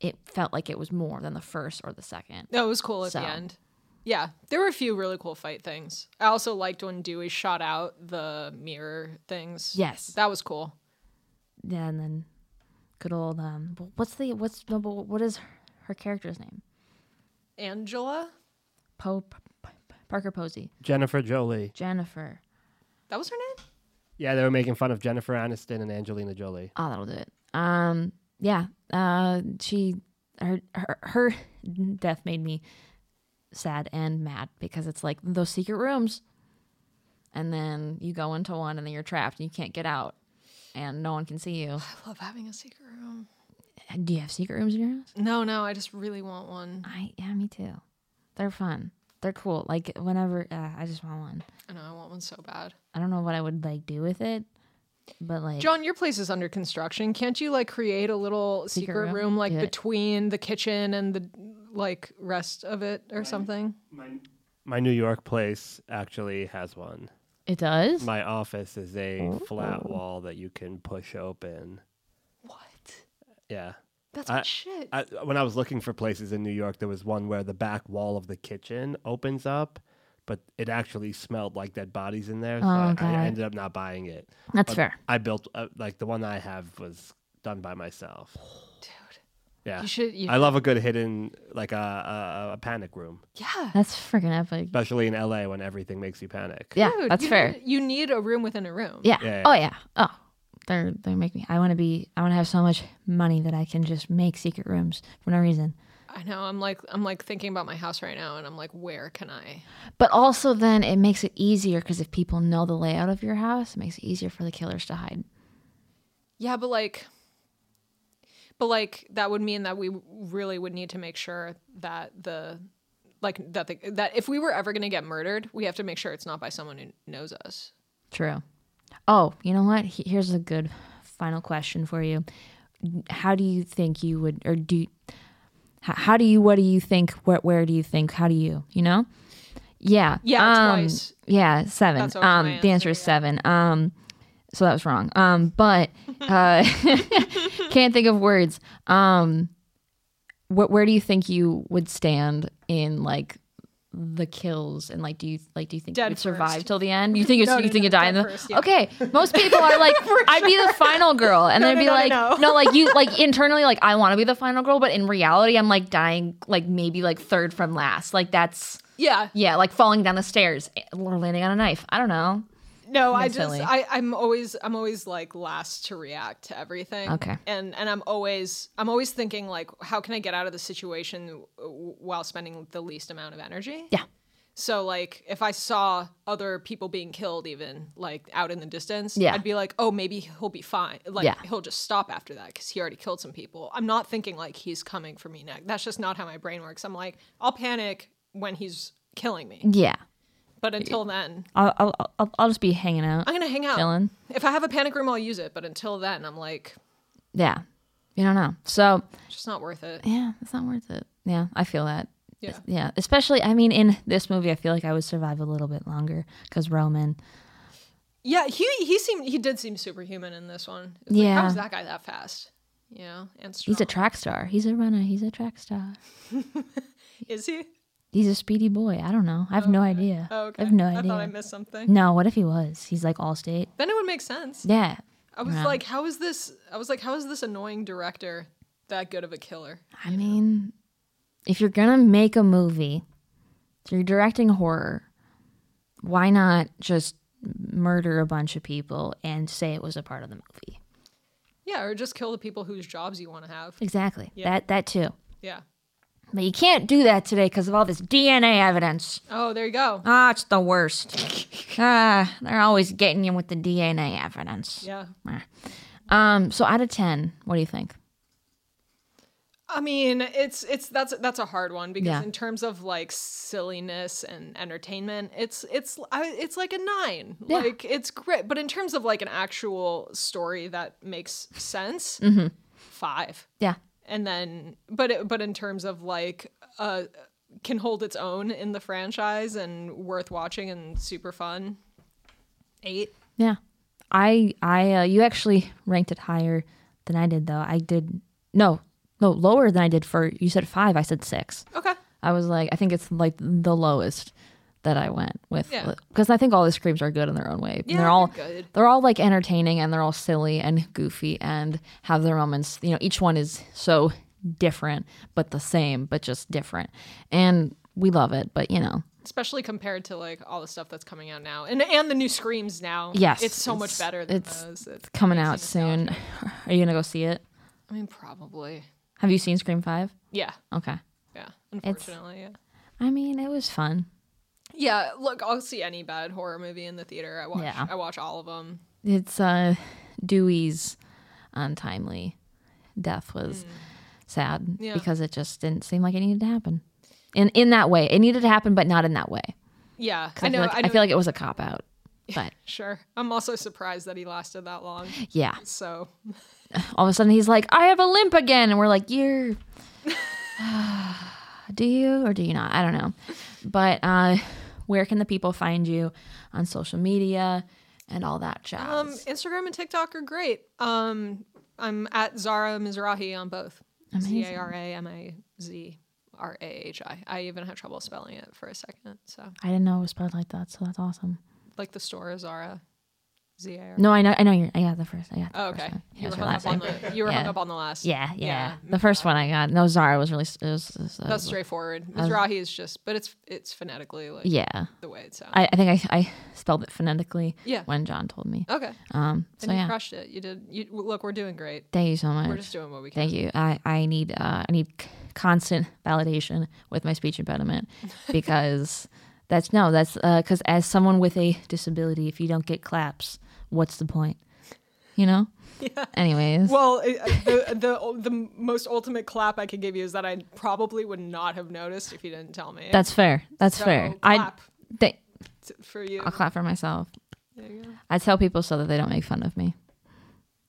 Speaker 1: it felt like it was more than the first or the second.
Speaker 2: No, it was cool at
Speaker 1: So.
Speaker 2: the end. Yeah, there were a few really cool fight things. I also liked when Dewey shot out the mirror things.
Speaker 1: Yes.
Speaker 2: that was cool.
Speaker 1: Yeah, and then good old um, wh- what's the what's no, but what is her, her character's name?
Speaker 2: Angela,
Speaker 1: Poe P- P- Parker Posey,
Speaker 3: Jennifer Jolie.
Speaker 1: Jennifer.
Speaker 2: that was her name.
Speaker 3: Yeah, they were making fun of Jennifer Aniston and Angelina Jolie.
Speaker 1: Oh, that'll do it. Um, yeah, uh, she her her, her <laughs> death made me sad and mad because it's like those secret rooms, and then you go into one and then you're trapped and you can't get out, and no one can see you. <sighs>
Speaker 2: I love having a secret room.
Speaker 1: Do you have secret rooms in your house?
Speaker 2: No, no, I just really want one.
Speaker 1: I yeah, me too. They're fun. They're cool. Like whenever uh, I just want one.
Speaker 2: I know I want one so bad.
Speaker 1: I don't know what I would like do with it, but like
Speaker 2: John, your place is under construction. Can't you like create a little secret,
Speaker 1: room?
Speaker 2: room, like
Speaker 1: Do it.
Speaker 2: between the kitchen and the like rest of it or something?
Speaker 3: My, my New York place actually has one.
Speaker 1: it does.
Speaker 3: My office is a
Speaker 2: Oh.
Speaker 3: flat wall that you can push open.
Speaker 2: What?
Speaker 3: Yeah.
Speaker 2: That's
Speaker 3: I-
Speaker 2: my shit.
Speaker 3: I, when I was looking for places in New York, there was one where the back wall of the kitchen opens up, but it actually smelled like dead bodies in there. So
Speaker 1: Oh,
Speaker 3: I,
Speaker 1: got
Speaker 3: I
Speaker 1: it.
Speaker 3: ended up not buying it.
Speaker 1: That's
Speaker 3: But
Speaker 1: fair.
Speaker 3: I built, uh, like, the one I have was done by myself.
Speaker 2: Dude,
Speaker 3: Yeah.
Speaker 2: you should. You,
Speaker 3: I love a good hidden, like, a, a, a panic room,
Speaker 2: yeah.
Speaker 1: That's freaking epic.
Speaker 3: especially in LA when everything makes you panic.
Speaker 1: yeah,
Speaker 2: Dude,
Speaker 1: that's
Speaker 2: you
Speaker 1: fair.
Speaker 2: Need, you need a room within a room.
Speaker 1: yeah.
Speaker 3: Yeah,
Speaker 1: Oh yeah. Oh, they're they make me. I want to be. I want to have so much money that I can just make secret rooms for no reason.
Speaker 2: I know. I'm like I'm like thinking about my house right now, and I'm like, where can I?
Speaker 1: But also, then it makes it easier because if people know the layout of your house, it makes it easier for the killers to hide.
Speaker 2: Yeah, but like, but like that would mean that we really would need to make sure that the like that the, that if we were ever going to get murdered, we have to make sure it's not by someone who knows us.
Speaker 1: True. Oh, you know what? He- Here's a good final question for you. How do you think you would, or do, how, how do you, what do you think, where, where do you think, how do you, you know? Yeah.
Speaker 2: Yeah,
Speaker 1: um,
Speaker 2: twice.
Speaker 1: Yeah, seven.
Speaker 2: That's always
Speaker 1: um,
Speaker 2: my
Speaker 1: the answer
Speaker 2: answer,
Speaker 1: is
Speaker 2: yeah.
Speaker 1: seven. Um, so that was wrong. Um, but uh, <laughs> can't think of words. Um, wh- where do you think you would stand in like the kills and like do you like do you think
Speaker 2: Dead
Speaker 1: you'd survive
Speaker 2: first.
Speaker 1: till the end? You think you,
Speaker 2: No,
Speaker 1: you
Speaker 2: no,
Speaker 1: think
Speaker 2: no,
Speaker 1: you die in
Speaker 2: dead
Speaker 1: the
Speaker 2: first, yeah.
Speaker 1: okay? Most people are
Speaker 2: <laughs>
Speaker 1: like, I'd be the final girl, and they'd
Speaker 2: no,
Speaker 1: be
Speaker 2: no, no,
Speaker 1: like,
Speaker 2: no.
Speaker 1: like
Speaker 2: <laughs>
Speaker 1: you like internally like I want to be the final girl, but in reality, I'm like dying like maybe like third from last. Like that's
Speaker 2: Yeah.
Speaker 1: yeah, like falling down the stairs eh, or landing on a knife. I don't know.
Speaker 2: No, I
Speaker 1: That's
Speaker 2: just
Speaker 1: silly.
Speaker 2: I I'm always I'm always like last to react to everything.
Speaker 1: Okay.
Speaker 2: And and I'm always I'm always thinking like how can I get out of the situation w- w- while spending the least amount of energy?
Speaker 1: Yeah.
Speaker 2: So like if I saw other people being killed even like out in the distance,
Speaker 1: Yeah.
Speaker 2: I'd be like, "Oh, maybe he'll be fine. Like
Speaker 1: Yeah.
Speaker 2: he'll just stop after that cuz he already killed some people." I'm not thinking like he's coming for me next. That's just not how my brain works. I'm like, "I'll panic when he's killing me."
Speaker 1: Yeah,
Speaker 2: But until then,
Speaker 1: I'll I'll I'll, I'll just be hanging out,
Speaker 2: I'm going to hang out.
Speaker 1: chilling.
Speaker 2: If I have a panic room, I'll use it. But until then, I'm like,
Speaker 1: Yeah, you don't know. So
Speaker 2: it's just not worth it.
Speaker 1: yeah, it's not worth it. Yeah, I feel that.
Speaker 2: Yeah.
Speaker 1: Yeah, especially I mean in this movie I feel like I would survive a little bit longer cuz Roman.
Speaker 2: Yeah, he he seemed he did seem superhuman in this one. It's
Speaker 1: Yeah.
Speaker 2: like, how's that guy that fast? You know, and strong.
Speaker 1: He's a track star. He's a runner. He's a track star.
Speaker 2: is he?
Speaker 1: He's a speedy boy. I don't know. I have no idea.
Speaker 2: Oh, okay.
Speaker 1: I have no
Speaker 2: I
Speaker 1: idea.
Speaker 2: thought I missed something.
Speaker 1: no, what if he was? He's like Allstate.
Speaker 2: Then it would make sense.
Speaker 1: Yeah.
Speaker 2: I was
Speaker 1: No.
Speaker 2: like, how is this? I was like, how is this annoying director that good of a killer?
Speaker 1: I mean, if you're going to make a movie, if you're directing horror, why not just murder a bunch of people and say it was a part of the movie?
Speaker 2: Yeah, or just kill the people whose jobs you want to have.
Speaker 1: Exactly.
Speaker 2: Yeah.
Speaker 1: That that too.
Speaker 2: Yeah.
Speaker 1: But you can't do that today because of all this DNA evidence.
Speaker 2: Oh, there you go.
Speaker 1: Ah, it's the worst. <laughs> ah, they're always getting you with the DNA evidence.
Speaker 2: Yeah.
Speaker 1: Um, so out of ten, what do you think?
Speaker 2: I mean, it's it's that's that's a hard one because
Speaker 1: Yeah.
Speaker 2: in terms of like silliness and entertainment, it's it's I, it's like a nine.
Speaker 1: Yeah.
Speaker 2: Like it's great, but in terms of like an actual story that makes sense,
Speaker 1: Mm-hmm.
Speaker 2: five.
Speaker 1: Yeah.
Speaker 2: And then, but it, but in terms of like uh, can hold its own in the franchise and worth watching and super fun, eight.
Speaker 1: Yeah. I I uh, you actually ranked it higher than I did though. I did no, no, lower than I did for you said 5, I said 6.
Speaker 2: Okay.
Speaker 1: I was like I think it's like the lowest that I went with
Speaker 2: Yeah.
Speaker 1: cuz I think all the screams are good in their own way.
Speaker 2: Yeah,
Speaker 1: they're all
Speaker 2: they're good.
Speaker 1: they're all like entertaining and they're all silly and goofy and have their moments. You know, each one is so different but the same but just different. And we love it, but you know,
Speaker 2: especially compared to like all the stuff that's coming out now and and the new screams now
Speaker 1: Yes,
Speaker 2: it's so much
Speaker 1: it's-
Speaker 2: better than
Speaker 1: it's-
Speaker 2: those it's
Speaker 1: coming out soon. <laughs> Are you going to go see it?
Speaker 2: i mean probably
Speaker 1: Have you seen Scream 5?
Speaker 2: yeah
Speaker 1: Okay.
Speaker 2: yeah unfortunately
Speaker 1: I mean, it was fun.
Speaker 2: yeah yeah look i'll see any bad horror movie in the theater i watch
Speaker 1: Yeah.
Speaker 2: i watch all of them
Speaker 1: It's uh, Dewey's untimely death was sad
Speaker 2: Mm. Yeah.
Speaker 1: because it just didn't seem like it needed to happen. In in that way, it needed to happen, but not in that way.
Speaker 2: yeah
Speaker 1: 'Cause
Speaker 2: i know
Speaker 1: feel like,
Speaker 2: i know
Speaker 1: feel like it was a cop out. But
Speaker 2: sure i'm also surprised that he lasted that long
Speaker 1: yeah,
Speaker 2: so
Speaker 1: all of a sudden he's like, "I have a limp again," and we're like, "You're." <sighs> do you or do you not? I don't know. But uh, where can the people find you on social media and all that jazz?
Speaker 2: um instagram and tiktok are great um i'm at zara mizrahi on both
Speaker 1: Amazing.
Speaker 2: z-a-r-a-m-i-z-r-a-h-i i even had trouble spelling it for a second so
Speaker 1: I didn't know it was spelled like that, so that's awesome.
Speaker 2: like the store Zara, Z A R.
Speaker 1: No, I know, I know. You're, I got the first. I got. The
Speaker 2: Oh,
Speaker 1: first
Speaker 2: okay.
Speaker 1: one. Yeah,
Speaker 2: You
Speaker 1: it
Speaker 2: were
Speaker 1: was your
Speaker 2: hung
Speaker 1: last
Speaker 2: up on
Speaker 1: one.
Speaker 2: the you were hung
Speaker 1: Yeah.
Speaker 2: up on the last.
Speaker 1: Yeah, yeah,
Speaker 2: Yeah.
Speaker 1: The first one I got. No, Zara was really. It was, it was- it
Speaker 2: That was
Speaker 1: was-
Speaker 2: straightforward. Mizrahi is just, but it's it's phonetically like
Speaker 1: Yeah,
Speaker 2: the way it sounds.
Speaker 1: I, I think I, I spelled it phonetically.
Speaker 2: Yeah.
Speaker 1: When John told me.
Speaker 2: okay,
Speaker 1: Um. So
Speaker 2: and you
Speaker 1: yeah.
Speaker 2: crushed it. You did. You look, we're doing great.
Speaker 1: Thank you so
Speaker 2: We're
Speaker 1: much.
Speaker 2: just doing what we can.
Speaker 1: Thank you. I I need uh I need c- constant validation with my speech
Speaker 2: <laughs>
Speaker 1: impediment because that's no that's because as someone with a disability, if you don't get claps, what's the point? You
Speaker 2: <laughs>
Speaker 1: know. Yeah. Anyways.
Speaker 2: Well, it- uh, the the the most ultimate clap I could give you is that I probably would not have noticed if you didn't tell me.
Speaker 1: that's fair. That's
Speaker 2: So,
Speaker 1: fair.
Speaker 2: clap
Speaker 1: I. Ah. Th-
Speaker 2: t- for you.
Speaker 1: I'll clap for myself.
Speaker 2: There you go.
Speaker 1: I tell people so that they don't make fun of me.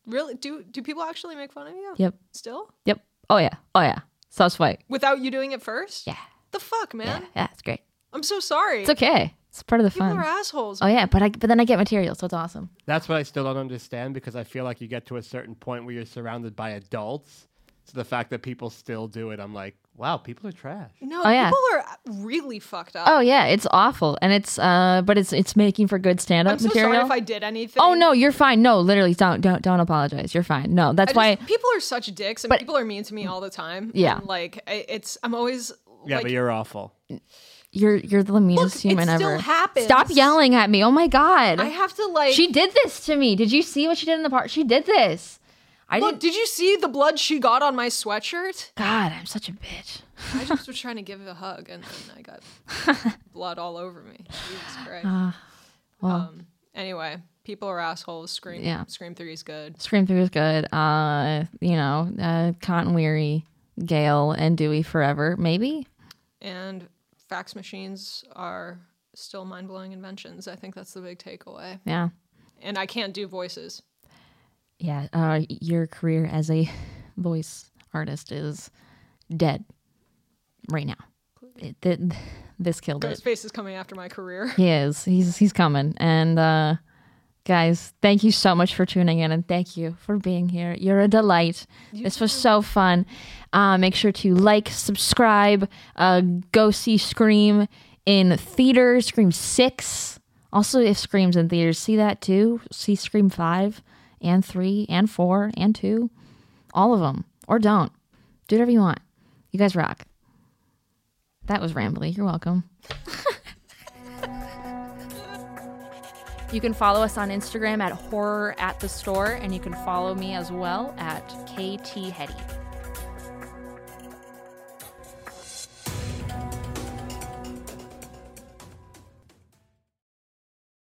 Speaker 2: Really? Do do people actually make fun of you?
Speaker 1: Yep.
Speaker 2: Still?
Speaker 1: Yep. Oh yeah. Oh yeah. So sweet.
Speaker 2: Without you doing it first?
Speaker 1: Yeah.
Speaker 2: The fuck, man.
Speaker 1: Yeah. Yeah. It's great.
Speaker 2: I'm so sorry.
Speaker 1: It's okay. It's part of the
Speaker 2: People
Speaker 1: fun.
Speaker 2: are assholes.
Speaker 1: Oh yeah. But I. But then I get material, so it's awesome.
Speaker 3: That's what I still don't understand because I feel like you get to a certain point where you're surrounded by adults. So the fact that people still do it, I'm like, wow, people are trash.
Speaker 2: No,
Speaker 1: Oh, yeah.
Speaker 2: people are really fucked up.
Speaker 1: Oh yeah. It's awful, and it's uh. But it's it's making for good stand
Speaker 2: I'm
Speaker 1: up
Speaker 2: so
Speaker 1: material.
Speaker 2: sorry if I did anything.
Speaker 1: oh no, you're fine. No, literally, don't don't don't apologize. You're fine. No,
Speaker 2: I
Speaker 1: that's
Speaker 2: just-
Speaker 1: why.
Speaker 2: people are such dicks, and
Speaker 1: But-
Speaker 2: people are mean to me all the time.
Speaker 1: Yeah.
Speaker 2: and, like I- it's I'm always
Speaker 3: Yeah,
Speaker 2: like
Speaker 3: but you're awful.
Speaker 1: You're you're the meanest
Speaker 2: Look, it
Speaker 1: human
Speaker 2: still
Speaker 1: ever.
Speaker 2: happens.
Speaker 1: Stop yelling at me. Oh my god.
Speaker 2: I have to like.
Speaker 1: she did this to me. Did you see what she did in the park? She did this. I didn't.
Speaker 2: look, did you see the blood she got on my sweatshirt?
Speaker 1: God, I'm such a bitch.
Speaker 2: I just was trying to give a hug, and then I got
Speaker 1: <laughs>
Speaker 2: blood all over me. Jesus
Speaker 1: Ah,
Speaker 2: Christ. um, anyway, people are assholes. Scream.
Speaker 1: Yeah.
Speaker 2: Scream three is good.
Speaker 1: Scream Three was good. Uh, you know, uh, Cotton Weary, Gale, and Dewey forever, maybe.
Speaker 2: And fax machines are still mind blowing inventions. I think that's the big takeaway.
Speaker 1: Yeah,
Speaker 2: And I can't do voices.
Speaker 1: yeah. Uh, <laughs> your career as a voice artist is dead. right now. It, th- this killed it.
Speaker 2: Ghostface is coming after my career.
Speaker 1: He is. He's he's coming. And uh guys, thank you so much for tuning in and thank you for being here. You're a delight. this was so fun. Uh make sure to like, subscribe, uh go see Scream in theater, Scream 6. Also if Scream's in theaters, see that too. See Scream 5 and 3 and 4 and 2. All of them or don't. Do whatever you want. You guys rock. That was rambly. You're welcome. You can follow us on Instagram at horror at the store, and you can follow me as well at KT Hetty.